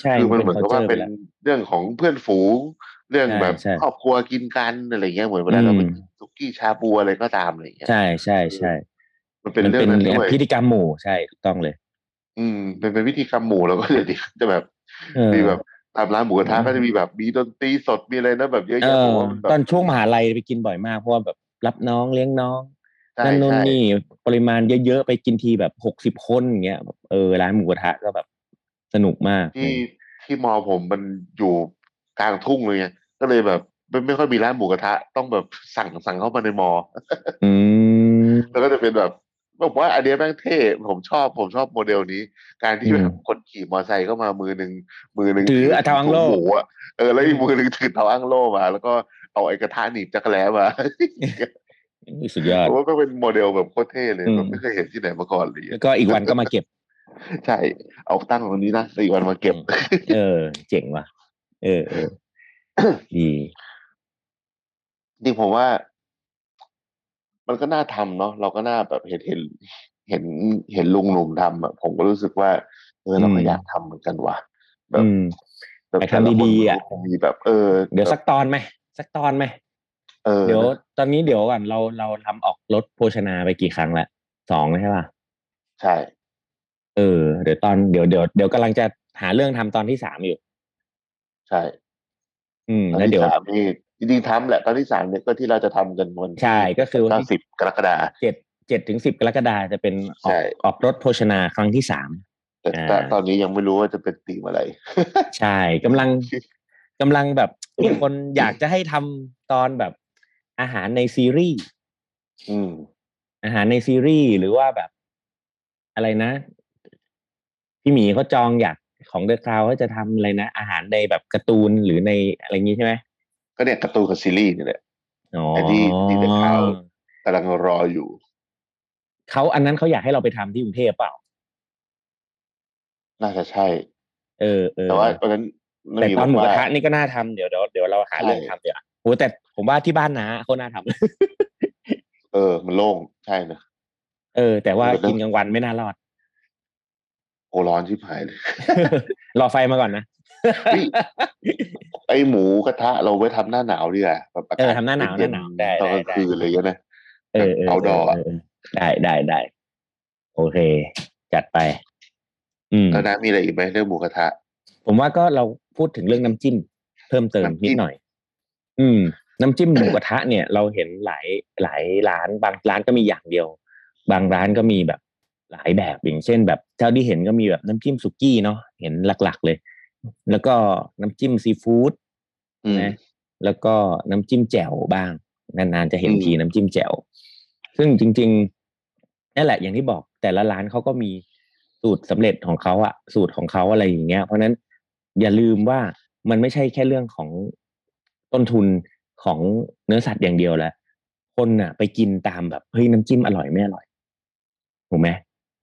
E: ใช่
D: คือมันเหมือนกับว่า
E: ป็
D: เป็นเรื่องของเพื่อนฝูง เรื่อง
E: ใช่
D: แบบ
E: ใช่
D: ครอบครัวกินกันอะไรเงี้ยเหมือนเวลาเรา
E: อืม
D: ไปกินสุกี้ชาบูอะไรก็ตามอะไรเงี้ย
E: ใช่ใช่ใช่
D: มันเป็นเรื่อง
E: มั
D: นั้นด้วย
E: พิธีกรรมหมู่ใช่ถูกต้องเลย
D: อืมเป็นเป็นพิธีกรรมหมู่แล้วก็เดี๋ยว [laughs] นี้จะแบบ
E: เออ
D: มีแบบตามร้านหมูกระทะ
E: อืม
D: ก็จะมีแบบมีดนตรีสดมีอะไรนะแบบเยอะ
E: เอ
D: แยะผ
E: อ
D: มว่ามันแบบ
E: ตอนช่วงมหาลัยไปกินบ่อยมากเพราะว่าแบบรับน้องเลี้ยงน้อง
D: ใช่
E: นั่นนู่น
D: ใช่
E: นี่ปริมาณเยอะๆไปกินทีแบบหกสิบคนอย่างเงี้ยแบบเออร้านหมูกระทะก็แบบสนุกมาก
D: ที่ที่มอผมมันอยู่กลางทุ่งเลยไงก็เลยแบบไม่ไม่ค่อยมีร้านหมูกระทะต้องแบบสั่งสั่งเข้ามาในมอ
E: อืม
D: แล้วก็จะเป็นแบบบอกว่าไอเดียแม่งเท่ผมชอบผมชอบโมเดลนี้ การที่
E: อืม
D: แบบคนขี่มอไซค์เข้ามามือหนึ่งมือหนึ่ง
E: ถืออะทาวังโล่
D: ถุหมูอะเออแล้วอีกมือหนึ่ง [laughs] ถือเทาอังโล่มา แล้วก็เอาไอ้กระทะหนีบจักรแล้มา
E: สุดยอด
D: ผมว่าก็เป็นโมเดลแบบโคตรเท่เลย
E: อืม
D: แบบไม่เคยเห็นที่ไหนมาก่อนเลย
E: แล้วก็อีกวันก็มาเก็บ
D: ใช่ เอาตั้งวันนี้นะสี่วันมาเก็บ
E: เออ เจ๋งว่ะ เออเออ ดี
D: จริงผมว่า มันก็น่าทำเนาะเราก็น่าแบบเห็นเห็น เห็นเห็นลุงหนุ่มทำอะผมก็รู้สึกว่าเออเราก็
E: อืม
D: อยากทำเหมือนกันว่ะ แบบ
E: อืม
D: แบบ
E: ไปทำ
D: แต่ละคน
E: ดีๆ
D: มั
E: อะ
D: นก็คงมีแบบ เออ
E: เดี๋ยวสักตอนไหมสักตอนไหม
D: เออ
E: เดี๋ยว ตอนนี้เดี๋ยวก่อนเราเราทำออกรถโภชนาไปกี่ครั้งละสองแล้วใช่ป่ะ
D: ใช่
E: เออเดี๋ยวตอนเดี๋ยวเดี๋ยวเดี๋ยวกำลังจะหาเรื่องทำตอนที่สามอยู่
D: ใช่
E: อืม
D: ตอน
E: แล้ว
D: ที่
E: เดี๋ยว
D: สามนี่จริงๆทำแหละตอนที่สามเนี่ยก็ที่เราจะทำกันวัน
E: ใช่ก็คือวัน
D: เก้า
E: ที่
D: สิบกรกฎาคม
E: เจ็ดเจ็ดถึงสิบกรกฎาจะเป็นอ
D: ใช่
E: อกออกรถโภชนาครั้งที่สาม
D: แต่
E: อ่า
D: แต่ตอนนี้ยังไม่รู้ว่าจะเป็นตีมอะไร [laughs]
E: ใช่กำลังกำลัง
D: [coughs]
E: แบบมีคนอยากจะให้ทำตอนแบบอาหารในซีรีส์
D: อืม
E: อาหารในซีรีส์หรือว่าแบบอะไรนะ พี่หมีเขาจองอยากของเดอะคลาวเขาจะทำอะไรนะอาหารในแบบการ์ตูนหรือในอะไรอย่างงี้ใช่ไหม
D: ก็เนี่ยการ์ตูนกับซีรีส์นี่แหละ
E: อ๋อ
D: ไอ้ที่ที่ The Crown กำลังรออยู่
E: เขาอันนั้นเขาอยากให้เราไปทำที่กรุงเทพเปล่า
D: น่าจะใช่
E: เออเออ
D: แต่ว่าตอนนั้นไม่
E: แต่
D: มี
E: ตอนหมูกระทะ
D: ว่า
E: นี่ก็น่าทำเดี๋ยวเดี๋ยวเดี๋ยวเราหา
D: ใช่
E: เรื่องทำเดี๋ยวาโหแต่ผมว่าที่บ้านนะเขาน่าทำ [laughs]
D: เออ มันโล่งใช่นะ
E: เออ แต่ว่า
D: เดี๋ยวนะ
E: กินกลางวันไม่น่ารอด [laughs]
D: โอร้อนชิบหายเลย
E: รอไฟมาก่อนนะ
D: เฮ้ย ไอหมูกระทะเราไว้ทำหน้าหนาวดีกว่าแบบ
E: เออทำหน้าหนาว
D: เย็
E: หน้าหนาว
D: ๆ
E: ได้
D: ตอนกลาง
E: ได้
D: คืนอะไรอย่างเงี้ยนะ
E: เออเออ
D: outdoor อะ
E: เออเออได้ได้ได้โอเค จัดไป อืม
D: แล้วนะมีอะไรอีกไหมเรื่องหมูกระทะ
E: ผมว่าก็เราพูดถึงเรื่องน้ำจิ้มเพิ่มเติม
D: น้ำจิ้ม
E: นิดหน่อย อืม น้ำจิ้มหมูกระทะเนี่ยเราเห็นหลายหลายร้านบางร้านก็มีอย่างเดียว บางร้านก็มีแบบหลายแบบอย่างเช่น แบบเท่าที่เห็นก็มีแบบน้ำจิ้มสุกี้เนาะเห็นหลัก ๆ เลย แล้วก็น้ำจิ้มซีฟู้ด
D: อืม
E: นะแล้วก็น้ำจิ้มแจ่วบ้าง นานๆจะเห็น
D: อืม
E: ทีน้ำจิ้มแจ่วซึ่งจริงๆนั่นแหละอย่างที่บอกแต่ละร้านเขาก็มีสูตรสำเร็จของเขาอะสูตรของเขาอะไรอย่างเงี้ย เพราะฉะนั้นอย่าลืมว่ามันไม่ใช่แค่เรื่องของต้นทุนของเนื้อสัตว์อย่างเดียวแล้วคนอะไปกินตามแบบเฮ้ยน้ำจิ้มอร่อยไม่อร่อยถูกไหม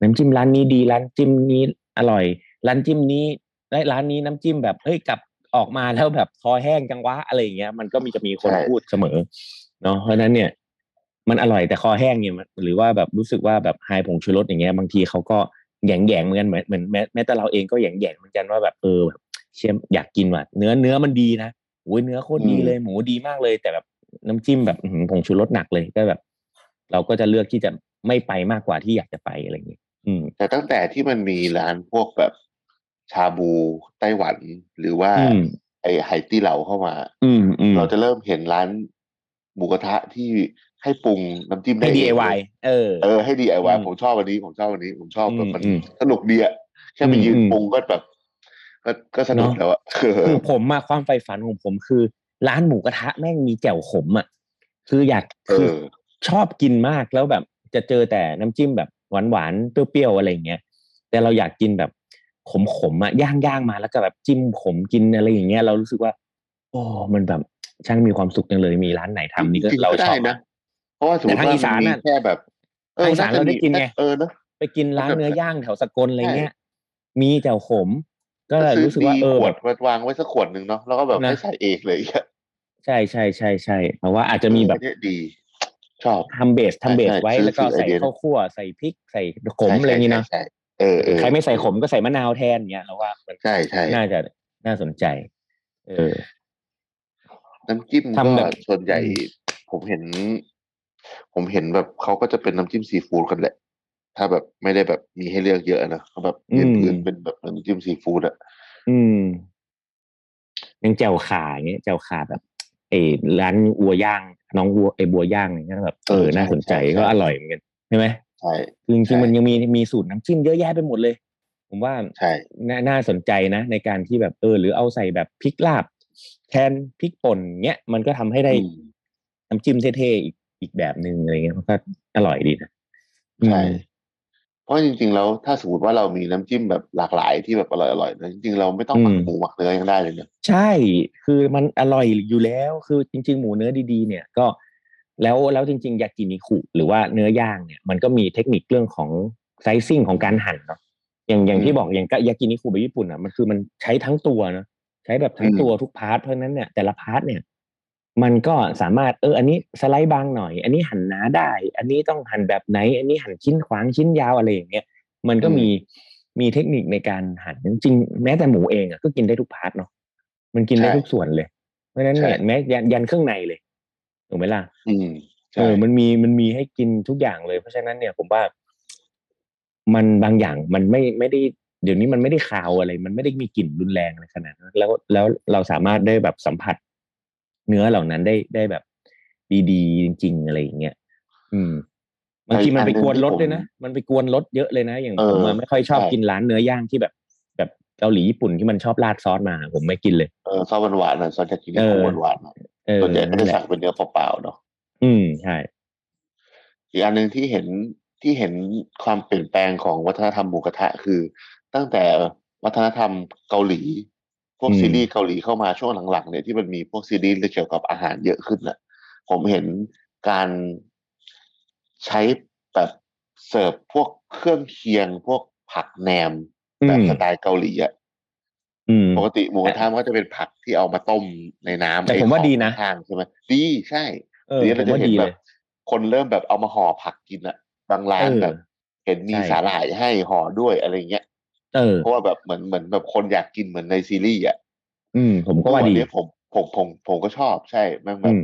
E: น้ำจิ้มร้านนี้ดีร้านจิ้มนี้อร่อย ร้านจิ้มนี้และร้านนี้น้ำจิ้มแบบเฮ้ยกลับออกมาแล้วแบบคอแห้งจังวะอะไรอย่างเงี้ยมันก็มีจะมีคน
D: ใช่
E: พูดเสมอเนาะเพราะฉะนั้นเนี่ย มันอร่อยแต่คอแห้งเนี่ยมันหรือว่าแบบรู้สึกว่าแบบไฮผงชูรสอย่างเงี้ยบางทีเขาก็แหยงแหยงๆเหมือนกันเหมือนเหมือนแม้แม้แต่เราเองก็แหยงแหยงๆเหมือนกันว่าแบบเออแบบเชี่ยอยากกินว่ะเนื้อเนื้อมันดีนะโอ้ยเนื้อโคตรดีเลย หมูดีมากเลย แต่แบบน้ำจิ้มแบบอื้อหือผงชูรสหนักเลยก็แบบ เราก็จะเลือกที่จะไม่ไปมากกว่าที่อยากจะไปอะไรอย่างเงี้ยอืม
D: แต่ตั้งแต่ที่มันมีร้านพวกแบบชาบูไต้หวัน หรือว่า
E: อืม
D: ไอไหตี้เหลาเข้ามา
E: อืมอืม
D: เราจะเริ่มเห็นร้านหมูกระทะที่ให้ปรุงน้ำจิ้มได้
E: ให้
D: เอง
E: DIY เออ
D: เออให้ DIY
E: อืม
D: ผมชอบวันนี้ผมชอบวันนี้ ผมชอบแบบมัน
E: อืม
D: สนุกดีอะแค่ไป
E: อืม
D: ยืน
E: อืม
D: ปรุงก็แบบ ก็ก็สนุก
E: เนอะ
D: แล้วอะเอ
E: คือ
D: อ
E: ผมมาความใฝ่ฝันของผมคือ ร้านหมูกระทะแม่งมีแจ่วขมอ่ะ คืออยาก
D: เอ
E: คือ
D: อ
E: ชอบกินมากแล้วแบบ จะเจอแต่น้ำจิ้มแบบหวานหวานๆเปรี้ยวๆอะไรอย่างเงี้ยแต่เราอยากกินแบบขมขมๆอ่ะย่างย่างมาแล้วก็แบบจิ้มขมกินอะไรอย่างเงี้ยเรารู้สึกว่า โอ้มันแบบช่างมีความสุขจังเลยมีร้านไหนทำนี่ก็
D: จริงๆ
E: เรา
D: ก็
E: ช
D: ได้
E: อบ
D: นะ เพราะว่าสมมติ
E: แต่ทาง
D: ว่า
E: อีสาน
D: มันมี
E: น่ะ
D: แค่แบบเออ
E: ทางอีสาน
D: น่
E: เรา
D: จะ
E: ได้กินไง
D: เออนะ
E: ไปกินร้านเนื้อย่างแถวสกลอะไรเงี้ย
D: ใช่
E: มีแจ่วขม ก็
D: ก็ซื้อ
E: รู้สึก
D: ดี
E: ว่าเออ
D: ขว
E: แบ
D: ด
E: บ
D: มาวางไว้สักขวดหนึ่งเนาะแล้วก็แบบ
E: นะ
D: ให้ใส่เองเลยอย่างเงี้ย
E: ใช่ใช่ใช่ใช่เพราะว่าอาจจะมีแบบ
D: เออเนี่ยดี ชอบ
E: ทำเบสทำเบส
D: ใช่ใช่
E: ไว้
D: ซื้อ
E: แล้วก็
D: ซื้อไอ
E: ใส่
D: เดีย
E: ข้าวคั่วใส่พริกใส่ขมอะไรอย่างนี้เนาะ
D: ใช่ใช่ใช่เออเออ
E: ใครไม่ใส่ขมก็ใส่มะนาวแทนเนี้ยเราว่ามัน
D: ใช่ใช่
E: น่าจะน่าสนใจ เออ
D: น้ำจิ้มก็
E: ทำแบบ
D: ส่วนใหญ่
E: อืม
D: ผมเห็น ผมเห็นแบบเขาก็จะเป็นน้ำจิ้มซีฟู้ดกันแหละ ถ้าแบบไม่ได้แบบมีให้เลือกเยอะนะเขาแบบเปลี่ยนพื้นเป็นแบบน้ำจิ้มซีฟู้ดอะ
E: อืมอยังแจ่วขาอย่างเงี้ยแจ่วขาแบบเออร้านวัวย่าง น้องวัวไอ้บัวย่างอย่างเงี้ยแบบเออน่าสนใจก็อร่อยเหมือนกันใช่ไหม
D: ใช่
E: คือจ
D: ใช่
E: ริงๆมันยังมีมีสูตรน้ำจิ้มเยอะแยะไปหมดเลย ผมว่า
D: ใช่
E: น่าน่าสนใจนะ ในการที่แบบเออ หรือเอาใส่แบบพริกลาบ แทนพริกป่นเงี้ยมันก็ทำให้ได้
D: อืม
E: น้ำจิ้มเท่ๆอีกอีกแบบหนึ่งอะไรเงี้ยมันก็อร่อยดีนะ
D: ใช่
E: อืม
D: เพราะจริงๆแล้วถ้าสมมติว่าเรามีน้ำจิ้มแบบหลากหลายที่แบบอร่อยๆนะจริงๆเราไม่ต้องหมักหมูหมักเนื้อยังได้เลยนะ
E: ใช่คือมันอร่อยอยู่แล้วคือจริง ๆ หมูเนื้อดีๆ เนี่ยก็แล้วแล้วจริง ๆ ยากินิคุหรือว่าเนื้อย่างเนี่ยมันก็มีเทคนิคเรื่องของไซซิ่งของการหั่นเนาะอย่างอย่างที่บอกอย่างกะยากินิคุแบบญี่ปุ่นอ่ะมันคือมันใช้ทั้งตัวเนาะ ใช้แบบทั้งตัวทุกพาร์ทเพราะฉะนั้นเนี่ยแต่ละพาร์ทเนี่ย มันก็สามารถเออ อันนี้สไลด์บางหน่อย อันนี้หั่นหนาได้ อันนี้ต้องหั่นแบบไหน อันนี้หั่นชิ้นขวางชิ้นยาวอะไรอย่างเงี้ยมันก็มีมีเทคนิคในการหั่นจริงๆแม้แต่หมูเองอ่ะก็กินได้ทุกพาร์ทเนาะมันกินได้ทุกส่วนเลย เพราะฉะนั้นเนี่ยแม้ยันยันเครื่องในเลยถูกไหมล่ะ
D: อืม
E: เอ
D: ใช่
E: อ มันมีมันมีให้กินทุกอย่างเลย เพราะฉะนั้นเนี่ยผมว่า มันบางอย่างมันไม่ไม่ได้ เดี๋ยวนี้มันไม่ได้คาวอะไร มันไม่ได้มีกลิ่นรุนแรงอะไรขนาดนั้นแล้วแล้วเราสามารถได้แบบสัมผัส เนื้อเหล่านั้นได้ได้แบบดีๆจริง ๆ อะไรอย่างเงี้ยอืม บางทีมัน
D: ไอ้
E: ไป
D: อันหนึ่ง
E: กวนรถ
D: ที่ผม
E: ด้วยนะ มันไปกวนรถเยอะเลยนะ อย่าง
D: เออ
E: ผมอะไม่ค่อยชอบ
D: ใช่
E: กินร้านเนื้อย่างที่แบบ แบบเกาหลีญี่ปุ่นที่มันชอบราดซอสมา ผมไม่กินเลย
D: เออซอสหวานๆหน่อยซอสจะกิน
E: เอ
D: ห
E: อ
D: วานหวานๆหน่อย
E: เออ
D: ส่วนใหญ่ก็
E: นั่
D: จะ
E: นแห
D: สั่
E: ละ
D: งเป็นเนื้อเปล่าๆเนาะ
E: อืมใช่
D: อีกอันหนึ่งที่เห็นที่เห็นความเปลี่ยนแปลงของวัฒนธรรมหมูกระทะคือ ตั้งแต่วัฒนธรรมเกาหลี พวกซีรีส์เกาหลีเข้ามาช่วงหลังๆเนี่ยที่มันมีพวกซีรีส์เกี่ยวกับอาหารเยอะขึ้นน่ะ ผมเห็นการใช้แบบเสิร์ฟพวกเครื่องเคียง พวกผักแหนม
E: อื
D: แบบ
E: ม
D: สไตล์เกาหลีอะ
E: อืม
D: ปกติหมูกระทะมันก็จะเป็นผักที่เอามาต้มในน้ำ
E: แต่ผมว่าดีนะ
D: ทางใช่ไหมดีใช่
E: เออ
D: เดี๋ยว
E: ผ
D: เรา
E: ม
D: จะ
E: ว่า
D: เห็น
E: ดี
D: แบ
E: เล
D: บ
E: ย
D: คนเริ่มแบบเอามาห่อผักกินอะบางร้าน
E: เออ
D: แบบ เห็นมี
E: ใช่
D: สาหร่ายให้ห่อด้วยอะไรเงี้ย
E: เออ
D: เพราะว่าแบบเหมือนเหมือนแบบคนอยากกินเหมือนในซีรีส์อ่ะ
E: อืม ผมก็ว่าดี
D: เนี้ยผมผมผมผมก็ชอบใช่มันแบ
E: อื
D: บ
E: ม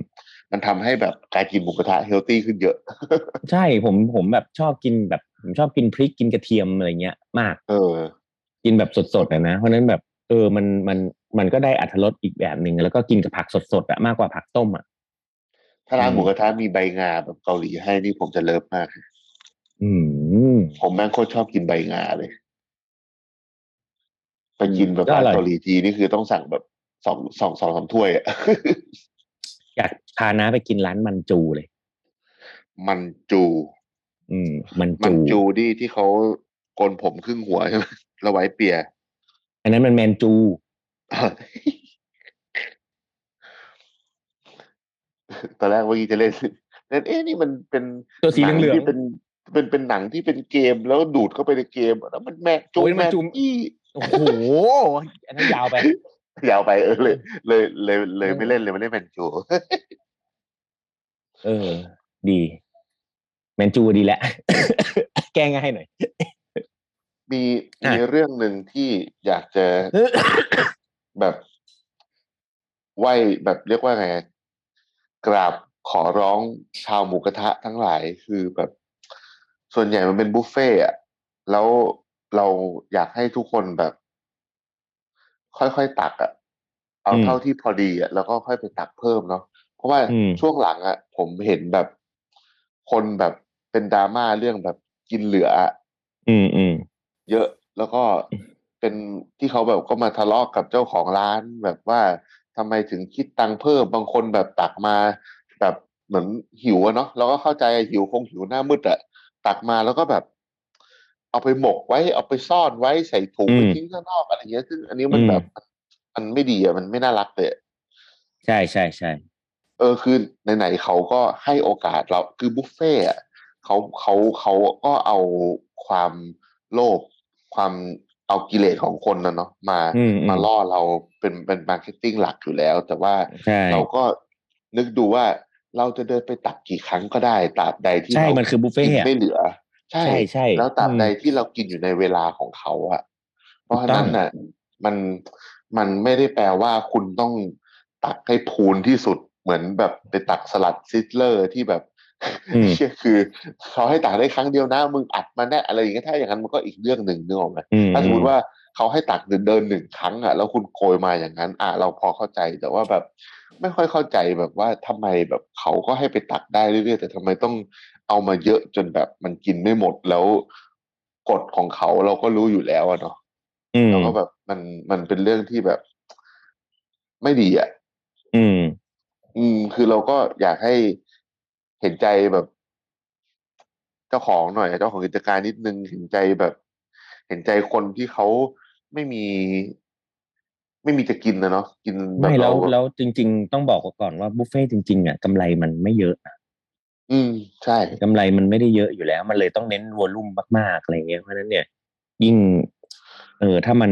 D: มันทำให้แบบการกินหมูกระทะเฮลตี้ขึ้นเยอะ
E: ใช่ผมผมแบบชอบกินแบบผมชอบกินพริกกินกระเทียมอะไรเงี้ยมาก
D: เออ
E: กินแบบสดๆอะนะ เพราะฉะนั้นแบบเออมันมันมันก็ได้อัตรสอีกแบบหนึ่งแล้วก็กินกับผักสดๆอะมากกว่าผักต้มอะ
D: ถ้าร้าน
E: อืม
D: หมูกระทะมีใบงาแบบเกาหลีให้นี่ผมจะเลิฟมาก
E: อืม
D: ผมแม่งโคตรชอบกินใบงาเลย ไปกินแบบ
E: ก็อร่อย
D: เกาหลีทีนี่คือต้องสั่งแบบสองสองสองสามถ้วยอะ [laughs]
E: อยากพาน้าไปกินร้านมันจูเลย
D: มันจู
E: อืม มัน
D: มัน
E: จู
D: จูที่ที่เขาโกนผมครึ่งหัวใช่ไหม [laughs] แล้วไว้เปีย
E: อันนั้นมันแมนจู
D: ตอนแรกเมื่อกี้จะเล่น [laughs] เล่นเอ๊ะนี่มันเป็น
E: ตัวสีเหลือง
D: นั
E: ๆ
D: ที่เป็นเป็นเป็นหนังที่เป็นเกมแล้วดูดเข้าไปในเกมแล้วมันแม่งจู
E: โอ้ยมัน
D: แม่ง
E: จู
D: อี้
E: โอ้โหอันนั้นยาวไป
D: ยาวไป [laughs] เออเลยเลยเลยเลยไม่เล่นเลยไม่ได้แมนจู
E: เออ ดี แมนจูดีแหละ [coughs] แก้ง่ายห [coughs] น่อย
D: [laughs] มี
E: อ่ะ
D: มีเรื่องหนึ่งที่อยากจะ แบบไหวแบบเรียกว่าไงกราบขอร้องชาวหมูกระทะทั้งหลายคือแบบ ส่วนใหญ่มันเป็นบุฟเฟ่ต์อะแล้วเราอยากให้ทุกคนแบบ ค่อยๆตักอะเอา
E: อืม
D: เท่าที่พอดีอะแล้วก็ค่อยไปตักเพิ่มเนาะเพราะว่า
E: อืม
D: ช่วงหลังอะผมเห็นแบบคนแบบเป็นดราม่าเรื่องแบบกินเหลืออะ
E: อืมอืม
D: เยอะแล้วก็เป็นที่เขาแบบก็มาทะเลาะกับเจ้าของร้านแบบว่าทำไมถึงคิดตังค์เพิ่มบางคนแบบตักมา แบบเหมือนหิวอะเนาะเราก็เข้าใจอะหิวคงหิวหน้ามืดอะตักมาแล้วก็แบบ เอาไปหมกไว้ เอาไปซ่อนไว้ใส่ถุง
E: อืม
D: ไปทิ้งข้างนอกอะไรเงี้ยซึ่งอันนี้มัน
E: อืม
D: แบบ มันไม่ดีอะมันไม่น่ารักเลยอะ
E: ใช่ใช่ใช่
D: เออคือไหนๆเขาก็ให้โอกาสเราคือบุฟเฟ่ต์อะเขาเขาเขาก็เอาความโลภความเอากิเลสของคนนะเนาะมา
E: อืมอื
D: มาม ล่อเราเป็นเป็นมาร์เก็ตติ้งหลักอยู่แล้ว แต่ว่า
E: ใช่
D: เราก็นึกดูว่าเราจะเดินไปตักกี่ครั้งก็ได้ตราบใดที่
E: ใช่
D: เรา
E: มันคือบุฟ
D: กิ
E: เฟ่
D: นไม่
E: ต์อะ
D: เหลือ ใช่
E: ใช่ใช่
D: แล้วตราบใด
E: อืม
D: ที่เรากินอยู่ในเวลาของเขาอะเพราะ
E: ถู
D: ฉะ
E: กต้อง
D: นั้นน่ะ มันมันไม่ได้แปลว่าคุณต้องตักให้พูนที่สุดเหมือนแบบไปตักสลัดซิตเลอร์ที่แบบ
E: อื
D: [laughs]
E: ม
D: เชี่ยคือเขาให้ตักได้ครั้งเดียวนะมึงอัดมาแน่อะไรอย่างเงี้ยถ้าอย่างนั้นมันก็อีกเรื่องหนึ่งนึกออกไหม
E: อืม
D: ถ้าสมมติว่าเขาให้ตักเดินหนึ่งครั้งอ่ะแล้วคุณโกยมาอย่างนั้น อ่ะเราพอเข้าใจแต่ว่าแบบ ไม่ค่อยเข้าใจแบบว่าทำไมแบบเขาก็ให้ไปตักได้เรื่อยๆแต่ทำไมต้องเอามาเยอะจนแบบมันกินไม่หมดแล้วกฎของเขาเราก็รู้อยู่แล้วอะเนาะ
E: อืม
D: เราก็แบบมันมันเป็นเรื่องที่แบบ ไม่ดีอ่ะ
E: อืม
D: อืมคือเราก็อยากให้เห็นใจแบบ เจ้าของหน่อยเจ้าของกิจการนิดนึงเห็นใจแบบ เห็นใจคนที่เขาไม่มี ไม่มีจะกินนะเนาะกินแบ
E: ไม่
D: บ
E: แล้ว
D: เรา
E: แล้วจริง ๆ ต้องบอกก่อนว่าบุฟเฟ่ต์จริงๆอ่ะกำไรมันไม่เยอะนะ
D: อืม ใช่
E: กำไรมันไม่ได้เยอะอยู่แล้ว มันเลยต้องเน้นวอลลุ่มมากๆอะไรเงี้ยเพราะฉะนั้นเนี่ย ยิ่ง เออถ้ามัน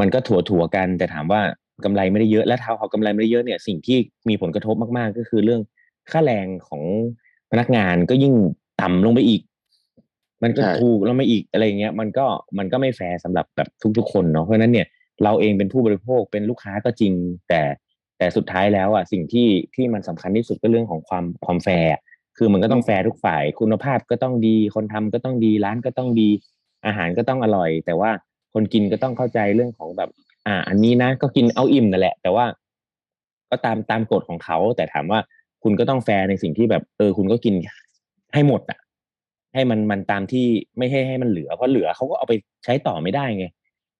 E: มันก็ถั่วๆกัน แต่ถามว่ากำไรไม่ได้เยอะ และถ้าเขากำไรไม่ได้เยอะเนี่ย สิ่งที่มีผลกระทบมากๆ ก็คือเรื่องค่าแรงของพนักงานก็ยิ่งต่ำลงไปอีก มันก็
D: ใช่
E: ถูกลงไปอีกอะไรเงี้ย มันก็มันก็ไม่แฟร์สำหรับแบบทุก ๆ คนเนาะเพราะฉะนั้นเนี่ย เราเองเป็นผู้บริโภคเป็นลูกค้าก็จริง แต่แต่สุดท้ายแล้วอ่ะสิ่งที่ที่มันสำคัญที่สุดก็เรื่องของความความแฟร์คือมันก็ต้องแฟร์ทุกฝ่าย คุณภาพก็ต้องดี คนทำก็ต้องดีร้านก็ต้องดี อาหารก็ต้องอร่อย แต่ว่าคนกินก็ต้องเข้าใจเรื่องของแบบ อ่า อันนี้นะก็กินเอาอิ่มนั่นแหละ แต่ว่า ก็ตามตามกฎของเขา แต่ถามว่าคุณก็ต้องแฟร์ในสิ่งที่แบบ เออ คุณก็กิน ให้หมดอ่ะ ให้มันมันตามที่ไม่ให้ให้มันเหลือเพราะเหลือเขาก็เอาไปใช้ต่อไม่ได้ไง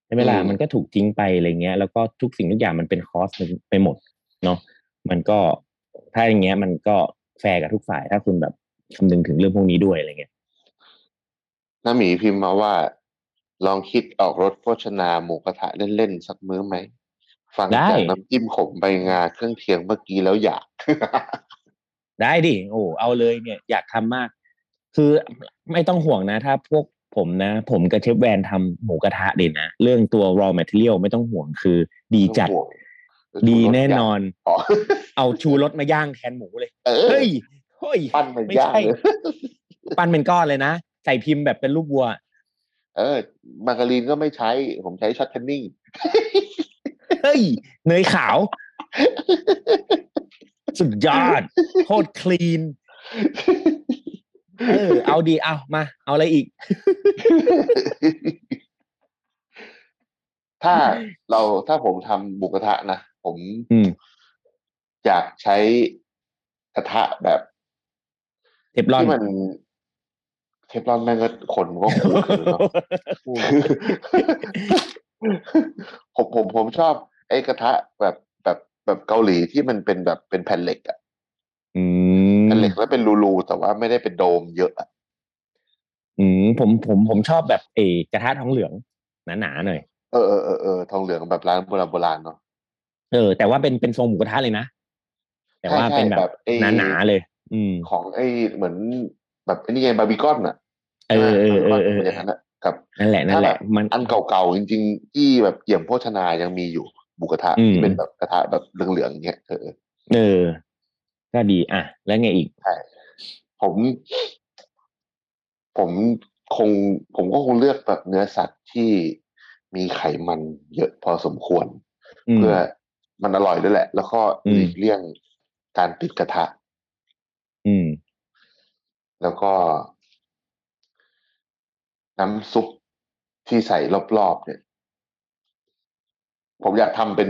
E: ใช่ไหมล่ะ
D: อืม
E: มันก็ถูกทิ้งไปอะไรเงี้ย แล้วก็ทุกสิ่งทุกอย่างมันเป็นคอสไปหมด เนาะมันก็ถ้าอย่างเงี้ย มันก็แฟร์กับทุกฝ่ายถ้าคุณแบบคำนึงถึงเรื่องพวกนี้ด้วยอะไรเงี้ย
D: น้าหมีพิมพ์มาว่า ลองคิดออกรถโภชนาหมูกระทะเล่นๆสักมื้อไหม ฟังจากน้ำจิ้มขมใบงาเครื่องเคียงเมื่อกี้แล้วอยาก
E: ได้ดิโอ้เอาเลยเนี่ยอยากทำมาก คือไม่ต้องห่วงนะ ถ้าพวกผมนะ ผมกับเชฟแวนทำหมูกระทะเด่นนะ เรื่องตัว raw material ไม่ต้องห่วงคือดีจัด
D: ไม่ต้องห่วง
E: ดีแน่นอน
D: อ๋อ
E: เอาชูรสมาย่างแทนหมูเลย
D: เออ
E: เฮ้ยเฮ้ย
D: ปั้นมัน
E: ไม่
D: ยาก
E: ใช่
D: เลย
E: ปั้นเป็นก้อนเลยนะ ใส่พิมพ์แบบเป็นรูปวัว
D: เออ มาการีนก็ไม่ใช้ ผมใช้ช็อตเทนนิ่ง
E: เฮ้ย เนยขาว สุดยอดโคตรคลีน เออ เอาดีเอามา เอาอะไรอีก
D: [laughs] ถ้าเราถ้าผมทำบุกระทะนะ ผม
E: อืม
D: อยากใช้กระทะแบบ
E: เทปลอน
D: ที่มัน เทฟลอนแม่งก็ขนมันก็ขูดเลยเนาะ [laughs] ผมผมผมชอบ ไอ้กระทะแบบแบบแบบเกาหลีที่มันเป็นแบบเป็นแผ่นเหล็กอะ
E: อื
D: แผ่น
E: ม
D: เหล็กแล้วเป็นรูรูๆแต่ว่าไม่ได้เป็นโดมเยอะอะ
E: อืมผมผมผมชอบแบบเอกระทะทองเหลืองหนาๆหน่อย
D: เออเออเออเออทองเหลืองแบบร้านโบราณโบราณเนาะ
E: เออ แต่ว่าเป็นเป็นทรงหมูกระทะเลยนะ แต่ว่าเป็นแบบ
D: ไอ้
E: หนาๆเลย อืม
D: ของไอ้เหมือนแบบไอ้นี่ไงบาร์บีคอนอะ
E: เออเออเออเออ
D: มันย่างนั้นอะกับ
E: นั่นแหละนั่นแหละมัน
D: อันเก่าๆจริงๆ ที่แบบเกี่ยมโภชนายังมีอยู่บุกระทะ
E: อืม
D: ที่เป็นแบบกระทะแบบเหลืองๆเงี้ยเออ
E: เออ ก็ดีอ่ะ แล้วไงอีก
D: ผม ผมคง ผมก็คงเลือกแบบเนื้อสัตว์ที่มีไขมันเยอะพอสมควร
E: อืม
D: เพื่อมันอร่อยด้วยแหละ แล้วก็
E: อืม
D: หลีกเลี่ยงการติดกระทะ
E: อืม
D: แล้วก็ น้ำซุปที่ใส่รอบๆเนี่ย ผมอยากทำเป็น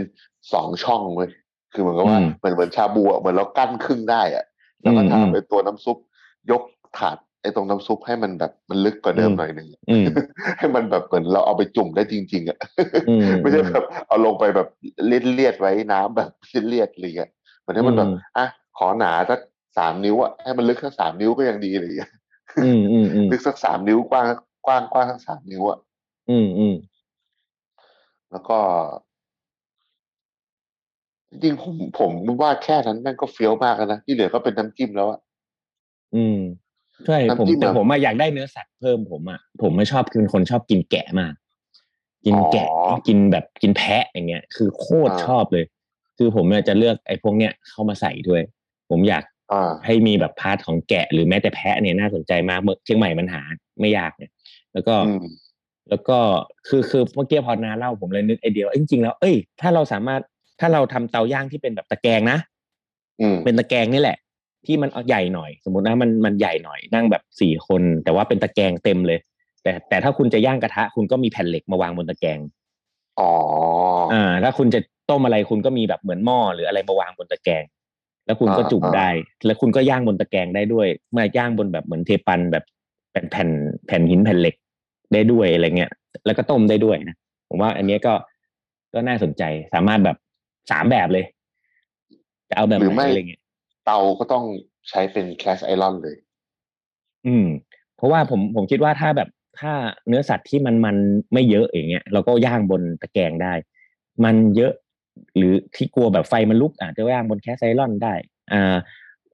D: สองช่องเว้ยคือเหมือนกับว่า
E: อืม
D: เหมือนเหมือนชาบูอะเหมือนเรากั้นครึ่งได้อะแล้วก็
E: อืมอืม
D: ทำเป็นตัวน้ำซุป ยกถาดไอ้ตรงน้ำซุปให้มันแบบมันลึกกว่าเดิมหน่อยหนึ่ง
E: อืม
D: [laughs] ให้มันแบบเหมือนเราเอาไปจุ่มได้จริง ๆอ่ะ
E: อืม
D: ไม่ใช่แบบเอาลงไปแบบเลียดเลียดๆไว้น้ำแบบ [laughs] เลียดๆอะไรเงี้ยเหมือนให้มันแบบ
E: อืม
D: อ่ะขอหนาสักสามนิ้วอ่ะให้มันลึกสักสามนิ้วก็ยังดีอะไรเงี้ย
E: อืมอืมอืม
D: ลึกสักสามนิ้วกว้างกว้างกว้างสักสามนิ้วอะ
E: อืมอืม
D: แล้วก็จริงๆผมผมว่าแค่นั้นแม่งก็เฟี้ยวมากแล้วนะที่เหลือก็เป็นน้ำจิ้มแล้วอะ
E: อืมใช่ผม
D: น้ำจิ้ม
E: แต่
D: อะ
E: ผมอะอยากได้เนื้อสัตว์เพิ่มผมอ่ะผมไม่ชอบคือเป็นคนชอบกินแกะมาก กินแกะ
D: อ๋อ
E: กินแบบกินแพะอย่างเงี้ย คือโคตร
D: อ่า
E: ชอบเลย คือผมเนี่ยจะเลือกไอ้พวกเนี้ยเข้ามาใส่ด้วย ผมอยาก
D: อ่า
E: ให้มีแบบพาร์ทของแกะหรือแม้แต่แพะเนี่ยน่าสนใจมากเมื่อเชียงใหม่มันหาไม่ยากเนี่ย แล้วก็
D: อืม
E: แล้วก็คือคือเมื่อกี้พอนาเล่าผมเลยนึกไอเดียว่าเอ้ยจริงๆแล้วเอ้ยถ้าเราสามารถถ้าเราทำเตาย่างที่เป็นแบบตะแกรงนะ
D: อืม
E: เป็นตะแกรงนี่แหละ ที่มันเอาใหญ่หน่อย สมมตินะมันมันใหญ่หน่อยนั่งแบบสี่คน แต่ว่าเป็นตะแกรงเต็มเลย แต่แต่ถ้าคุณจะย่างกระทะ คุณก็มีแผ่นเหล็กมาวางบนตะแกรง
D: อ๋อ
E: อ่า ถ้าคุณจะต้มอะไรคุณก็มีแบบเหมือนหม้อหรืออะไรมาวางบนตะแกรงแล้วคุณก็จุ่มได้ แล้วคุณก็ย่างบนตะแกรงได้ด้วยมาย่างบนแบบเหมือนเทปันแบบแผ่นแผ่นแผ่นหินแผ่นเหล็กได้ด้วยอะไรเงี้ย แล้วก็ต้มได้ด้วยนะผมว่า อันเนี้ยก็ก็น่าสนใจสามารถแบบสามแบบเลย จะเอาแบบ
D: หรือ
E: ไหน
D: ไม่
E: อะไรเงี้ย
D: เตาก็ต้องใช้เป็นแคสไอรอนเลย
E: อืม เพราะว่าผมผมคิดว่าถ้าแบบถ้าเนื้อสัตว์ที่มันมันไม่เยอะอย่างเงี้ยเราก็ย่างบนตะแกรงได้ มันเยอะ หรือที่กลัวแบบไฟมันลุกอาจจะย่างบนแคสไซรอนได้ อ่า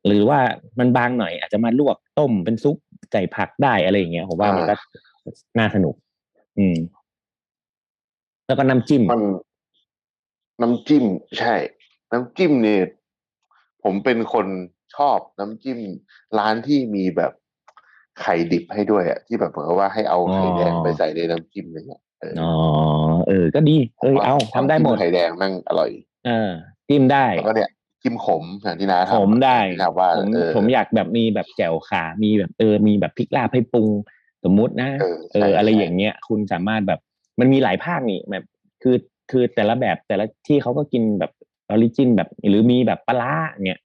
E: หรือว่ามันบางหน่อย อาจจะมาลวกต้มเป็นซุปใส่ผักได้อะไรอย่างเงี้ยผมว่า
D: อ่ามั
E: มันก็น่าสนุก อืม แล้วก็น้ำจิ้ม
D: มันน้ำจิ้มใช่ น้ำจิ้มเนี่ยผมเป็นคนชอบน้ำจิ้ม ร้านที่มีแบบไข่ดิบให้ด้วยอะที่แบบเหมือนกับว่าให้เอาไข่แดงไปใส่ในน้ำจิ้มอะไรเงี้ยเออ
E: อ๋อเออ ก็ดีเอ้ยเอาทำได้หมด
D: ไข่แดงแม่งอร่อย
E: เออจิ้มได้
D: แล้วก็เนี่ยจิ้มขมอย่างที่น้าทำ
E: ขมได้
D: ที่น้าว่า
E: ผม
D: เออ
E: ผมอยากแบบมีแบบแจ่วขา มีแบบเออ มีแบบพริกลาบให้ปรุงสมมุตินะ
D: เออ
E: เอ
D: ใช่
E: อ อะไร
D: ใช่
E: อย่างเงี้ย คุณสามารถแบบ มันมีหลายภาคนี่แบบ คือ คือแต่ละแบบแต่ละที่เขาก็กินแบบออริจินแบบ หรือมีแบบปลาร้าเนี่ย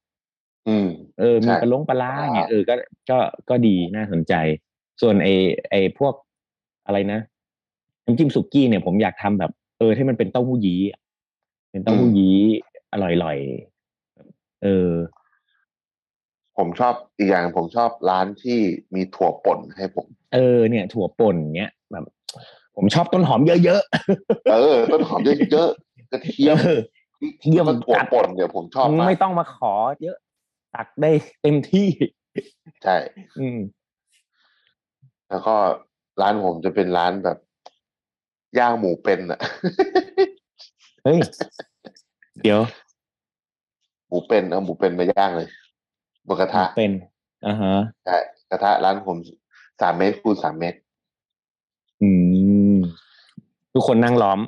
D: อืม
E: เออมี
D: ใช่
E: ปลาลงปลาร้า
D: ปลาร้า
E: เนี่ยเออก็ก็ก็ดีน่าสนใจ ส่วนไอไอพวกอะไรนะน้ำจิ้มสุกี้เนี่ยผมอยากทำแบบ เออให้มันเป็นเต้าหู้ยี้อะเป็นเต้าหู้ยี้อร่อยๆเออ
D: ผมชอบอีกอย่างผมชอบร้านที่มีถั่วป่นให้ผม
E: เออเนี่ย ถั่วป่นเนี้ยแบบ ผมชอบต้นหอมเยอะ
D: เออต้นหอมเยอะๆกระ
E: ๆ
D: เทียม
E: เออ เทียม
D: แล้วถั่ว
E: ตัด
D: ป่นเนี่ยผมชอบมาก
E: ไม่ต้องมาขอเยอะ ตักได้เต็มที่
D: ใช่
E: อืม
D: แล้วก็ร้านผมจะเป็นร้านแบบย่างหมูเป็นอะ [laughs]
E: เฮ้ย เดี๋ยว
D: หมูเป็นเอาหมูเป็นมาย่างเลยบนกระทะ
E: เป็นอ่าฮะ
D: ใช่กระทะร้านผมสามเมตรคูณสามเมตร
E: อืม ทุกคนนั่งล้อม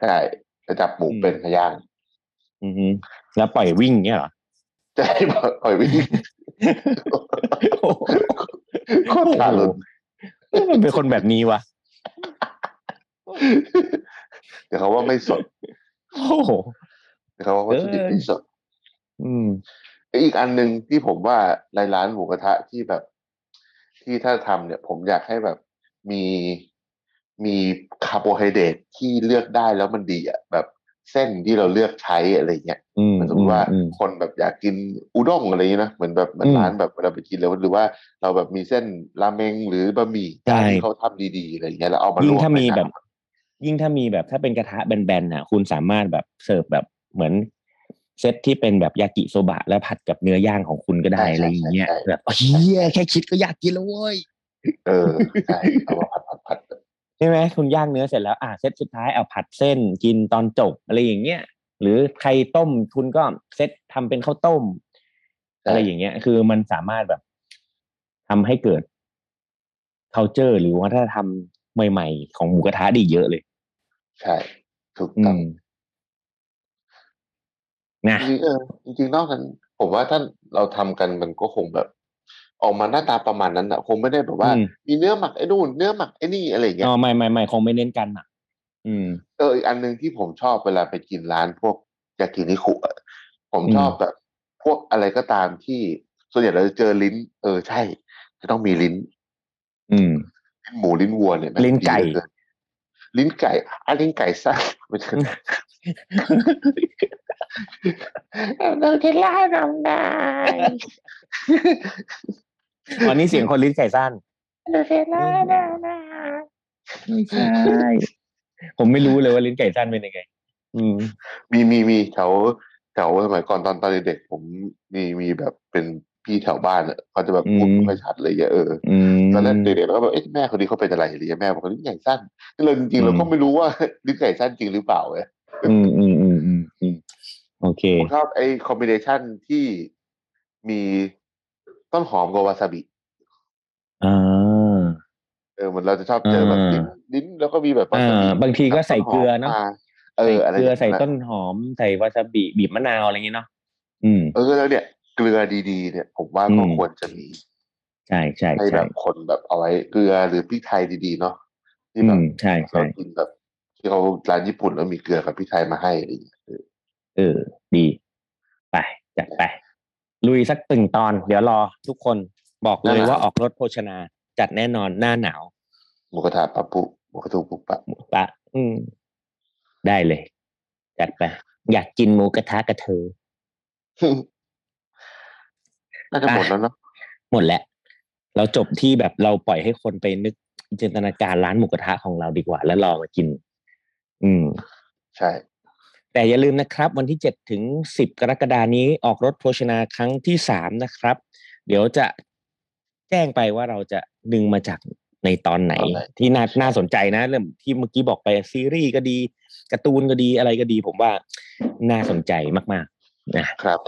D: ใช่จะจับหมูเป็นมาย่าง
E: อือฮึแล้วปล่อยวิ่งเงี้
D: [laughs]
E: ยเหรอ
D: ใช่ [laughs] ปล่อยวิ่ง โคตรทารุณ
E: โอ้โหมันเป็นคนแบบนี้วะ
D: [laughs] เดี๋ยวเขาว่าไม่สด
E: โอ้โห
D: เดี๋ยวเขาว่าวัตถุดิบ
E: เออ
D: ไม่สด
E: อืม
D: อีกอันหนึ่งที่ผมว่าในร้านหมูกระทะที่แบบ ที่ถ้าทำเนี่ย ผมอยากให้แบบมีมีคาร์โบไฮเดรตที่เลือกได้แล้วมันดีอ่ะแบบเส้นที่เราเลือกใช้อะไรเงี้ย
E: อืม
D: เหมือนสมมติว่า
E: อืม
D: คนแบบอยากกินอุด้งอะไรอย่างนี้นะเหมือนแบบเหมือน
E: อืม
D: ร้านแบบเวลาไปกินแล้วหรือว่าเราแบบมีเส้นราเมงหรือบะหมี่
E: ใช่
D: จานที่เขาทำดีๆอะไรอย่างเงี้ยแล้วเอามาล
E: ยิ่ง
D: วก
E: ถ้ามี
D: ใน
E: แบ
D: น้ำ
E: บ ยิ่งถ้ามีแบบถ้าเป็นกระทะแบนๆน่ะ คุณสามารถแบบเสิร์ฟแบบเหมือน เซตที่เป็นแบบยากิโซบะแล้วผัดกับเนื้อย่างของคุณก็ได้อะไรอย่างเงี้ยแบบเฮียแค่คิดก็อยากกินแล้วเว้ย
D: เออใช่เอามาผัดผัดผัด
E: ใช่ไหมคุณย่างเนื้อเสร็จแล้วอ่ะเซตสุดท้ายเอาผัดเส้นกินตอนจบอะไรอย่างเงี้ยหรือใครต้มคุณก็เซตทำเป็นข้าวต้ม อะไรอย่างเงี้ย คือมันสามารถแบบทำให้เกิด culture หรือวัฒนธรรมใหม่ๆ ของหมูกระทะได้เยอะเลย
D: ใช่ถูก
E: อื
D: ต้อง
E: มนะ
D: จริงๆเออจริงๆนอกนั้นผมว่าท่านเราทำกันมันก็คงแบบ ออกมาหน้าตาประมาณนั้นอ่ะ คงไม่ได้แบบว่า
E: อืม
D: มีเนื้อหมักไอ้นู่นเนื้อหมักไอ้นี่อะไรอย่างเงี้ย
E: อ๋อไม่ไม่ไม่คงไม่เน้นกันอ่ะ อืม
D: เอออีกอันหนึ่งที่ผมชอบเวลาไปกินร้านพวกยากินิคุอะผม
E: อืม
D: ชอบแบบพวกอะไรก็ตามที่ส่วนใหญ่เราจะเจอลิ้น เออใช่ จะต้องมีลิ้น
E: อืม
D: ลิ้นหมูลิ้นวัวเนี่ยแม่ง
E: ลิ้นไก่
D: ดีเหลือเนลิ้นไก่อ่ะลิ้นไก่ซะ
E: [laughs]
D: ไม่ใช่เราจะล่าน้องนาย
E: ตอนนี้เสียงคนลิ้นไก่สั้น
D: เราจะล่าน้องนาย
E: ไม่ใช่ ผมไม่รู้เลยว่าลิ้นไก่สั้นเป็นยังไง อืม
D: มีมีมีแถวแถวสมัยก่อนตอนตอนเด็กๆผมมีมีแบบเป็นพี่แถวบ้านอะเขาจะแบบพูด
E: อืม
D: ไม่ค่อยชัดเลยอะเออ
E: อืม
D: ตอนแรกเด็กๆเราก็แบบเอ๊ะแม่คนนี้เขาเป็นอะไรหรือแม่บอกว่าลิ้นไก่สั้นนี่เราจริง
E: อื
D: ๆ
E: ม
D: เราก็ไม่รู้ว่า [laughs] ลิ้นไก่สั้นจริงหรือเปล่าเว้ย
E: อืมอืมอืมอืมอืมโอเค
D: ผมชอบไอ้คอมบิเนชันที่มีต้นหอมกับวาซาบิ
E: อ่า
D: เออเหมือนเราจะชอบเจอแบบลิ้นลิ้นแล้วก็มีแบบวา
E: อ่า
D: ซาบิ
E: บางทีก็ใส่เกลือเนาะ
D: เอออะไร
E: ใส่เกลือ
D: ย่าง
E: ใส่ต้นะ หอม ใส่วาซาบิ บีบมะนาวอะไรอย่างเงี้เนาะ อืม
D: เออแล้วเนี่ยเกลือดีๆ เนี่ย ผมว่าก็
E: อืม
D: ควรจะมี
E: ใช่ใช่
D: ให้แบ
E: ใช่
D: บคนแบบเอาไว้เกลือหรือพริกไทยดีๆเนาะที่
E: อื
D: แบบ
E: ม ใช่
D: เรา
E: ใช่
D: กินแบบที่เขาร้านญี่ปุ่นแล้วมีเกลือกับพริกไทยมาให้อะไรอย่างเงี้ย
E: เออ ดี ไป จัดไป ลุยสักตึงตอน เดี๋ยวรอทุกคน บอกเลยว่าออกรถโภชนา จัดแน่นอนหน้าหนาว
D: หมูกระทะปะปุหมูกระทุปุปะ
E: ปะ อืม ได้เลย จัดไป อยากกินหมูกระทะกระเธอ
D: [laughs] น่าจะหมดแล้วเนาะ
E: หมดแล้ว เราจบที่แบบเราปล่อยให้คนไปนึกจินตนาการร้านหมูกระทะของเราดีกว่า แล้วลองมากิน อืม
D: ใช่
E: แต่อย่าลืมนะครับ วันที่เจ็ดถึงสิบกรกฎานี้ออกรถโภชนาครั้งที่สามนะครับ เดี๋ยวจะแจ้งไปว่าเราจะดึงมาจากในตอนไหน ที่น่าน่าสนใจนะ เรื่องที่เมื่อกี้บอกไปซีรีส์ก็ดีการ์ตูนก็ดีอะไรก็ดี ผมว่าน่าสนใจมากๆนะ
D: ครับ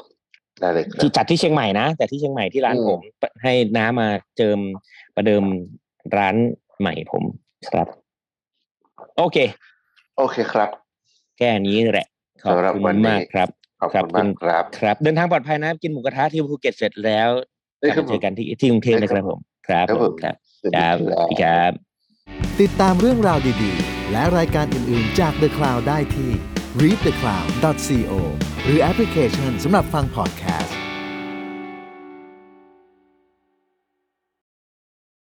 D: ได้เลยครั
E: ที่
D: บ
E: จัดที่เชียงใหม่นะแต่ที่เชียงใหม่ที่ร้าน
D: อืม
E: ผมให้น้ามาเจิมประเดิมร้านใหม่ผมครับ โอเค
D: โอเคครับ
E: แค่นี้แหละขอบ
D: สำหรับ
E: คุณ
D: วันนี้
E: มากครับ
D: ขอบคุณมากครับ
E: ครับ เดินทางปลอดภัยนะกินหมูกระทะที่ภูเก็ตเสร็จแล้วก
D: เอ้ย
E: ลับ
D: ครับ
E: มา
D: ผม
E: เจอกันที่ที่กรุงเทพนะครับผม ครับ
D: ครับ
E: ผ
D: ผม ม
E: ครับ
D: สวัส
E: ค
D: ดี
E: รับ
D: ค
E: ส
D: รั
E: วัส
D: บ
E: ดีครับ
A: ติดตามเรื่องราวดีๆ และรายการอื่นๆจาก The Cloud ได้ที่ readthecloud.co หรือแอปพลิเคชันสำหรับฟัง podcast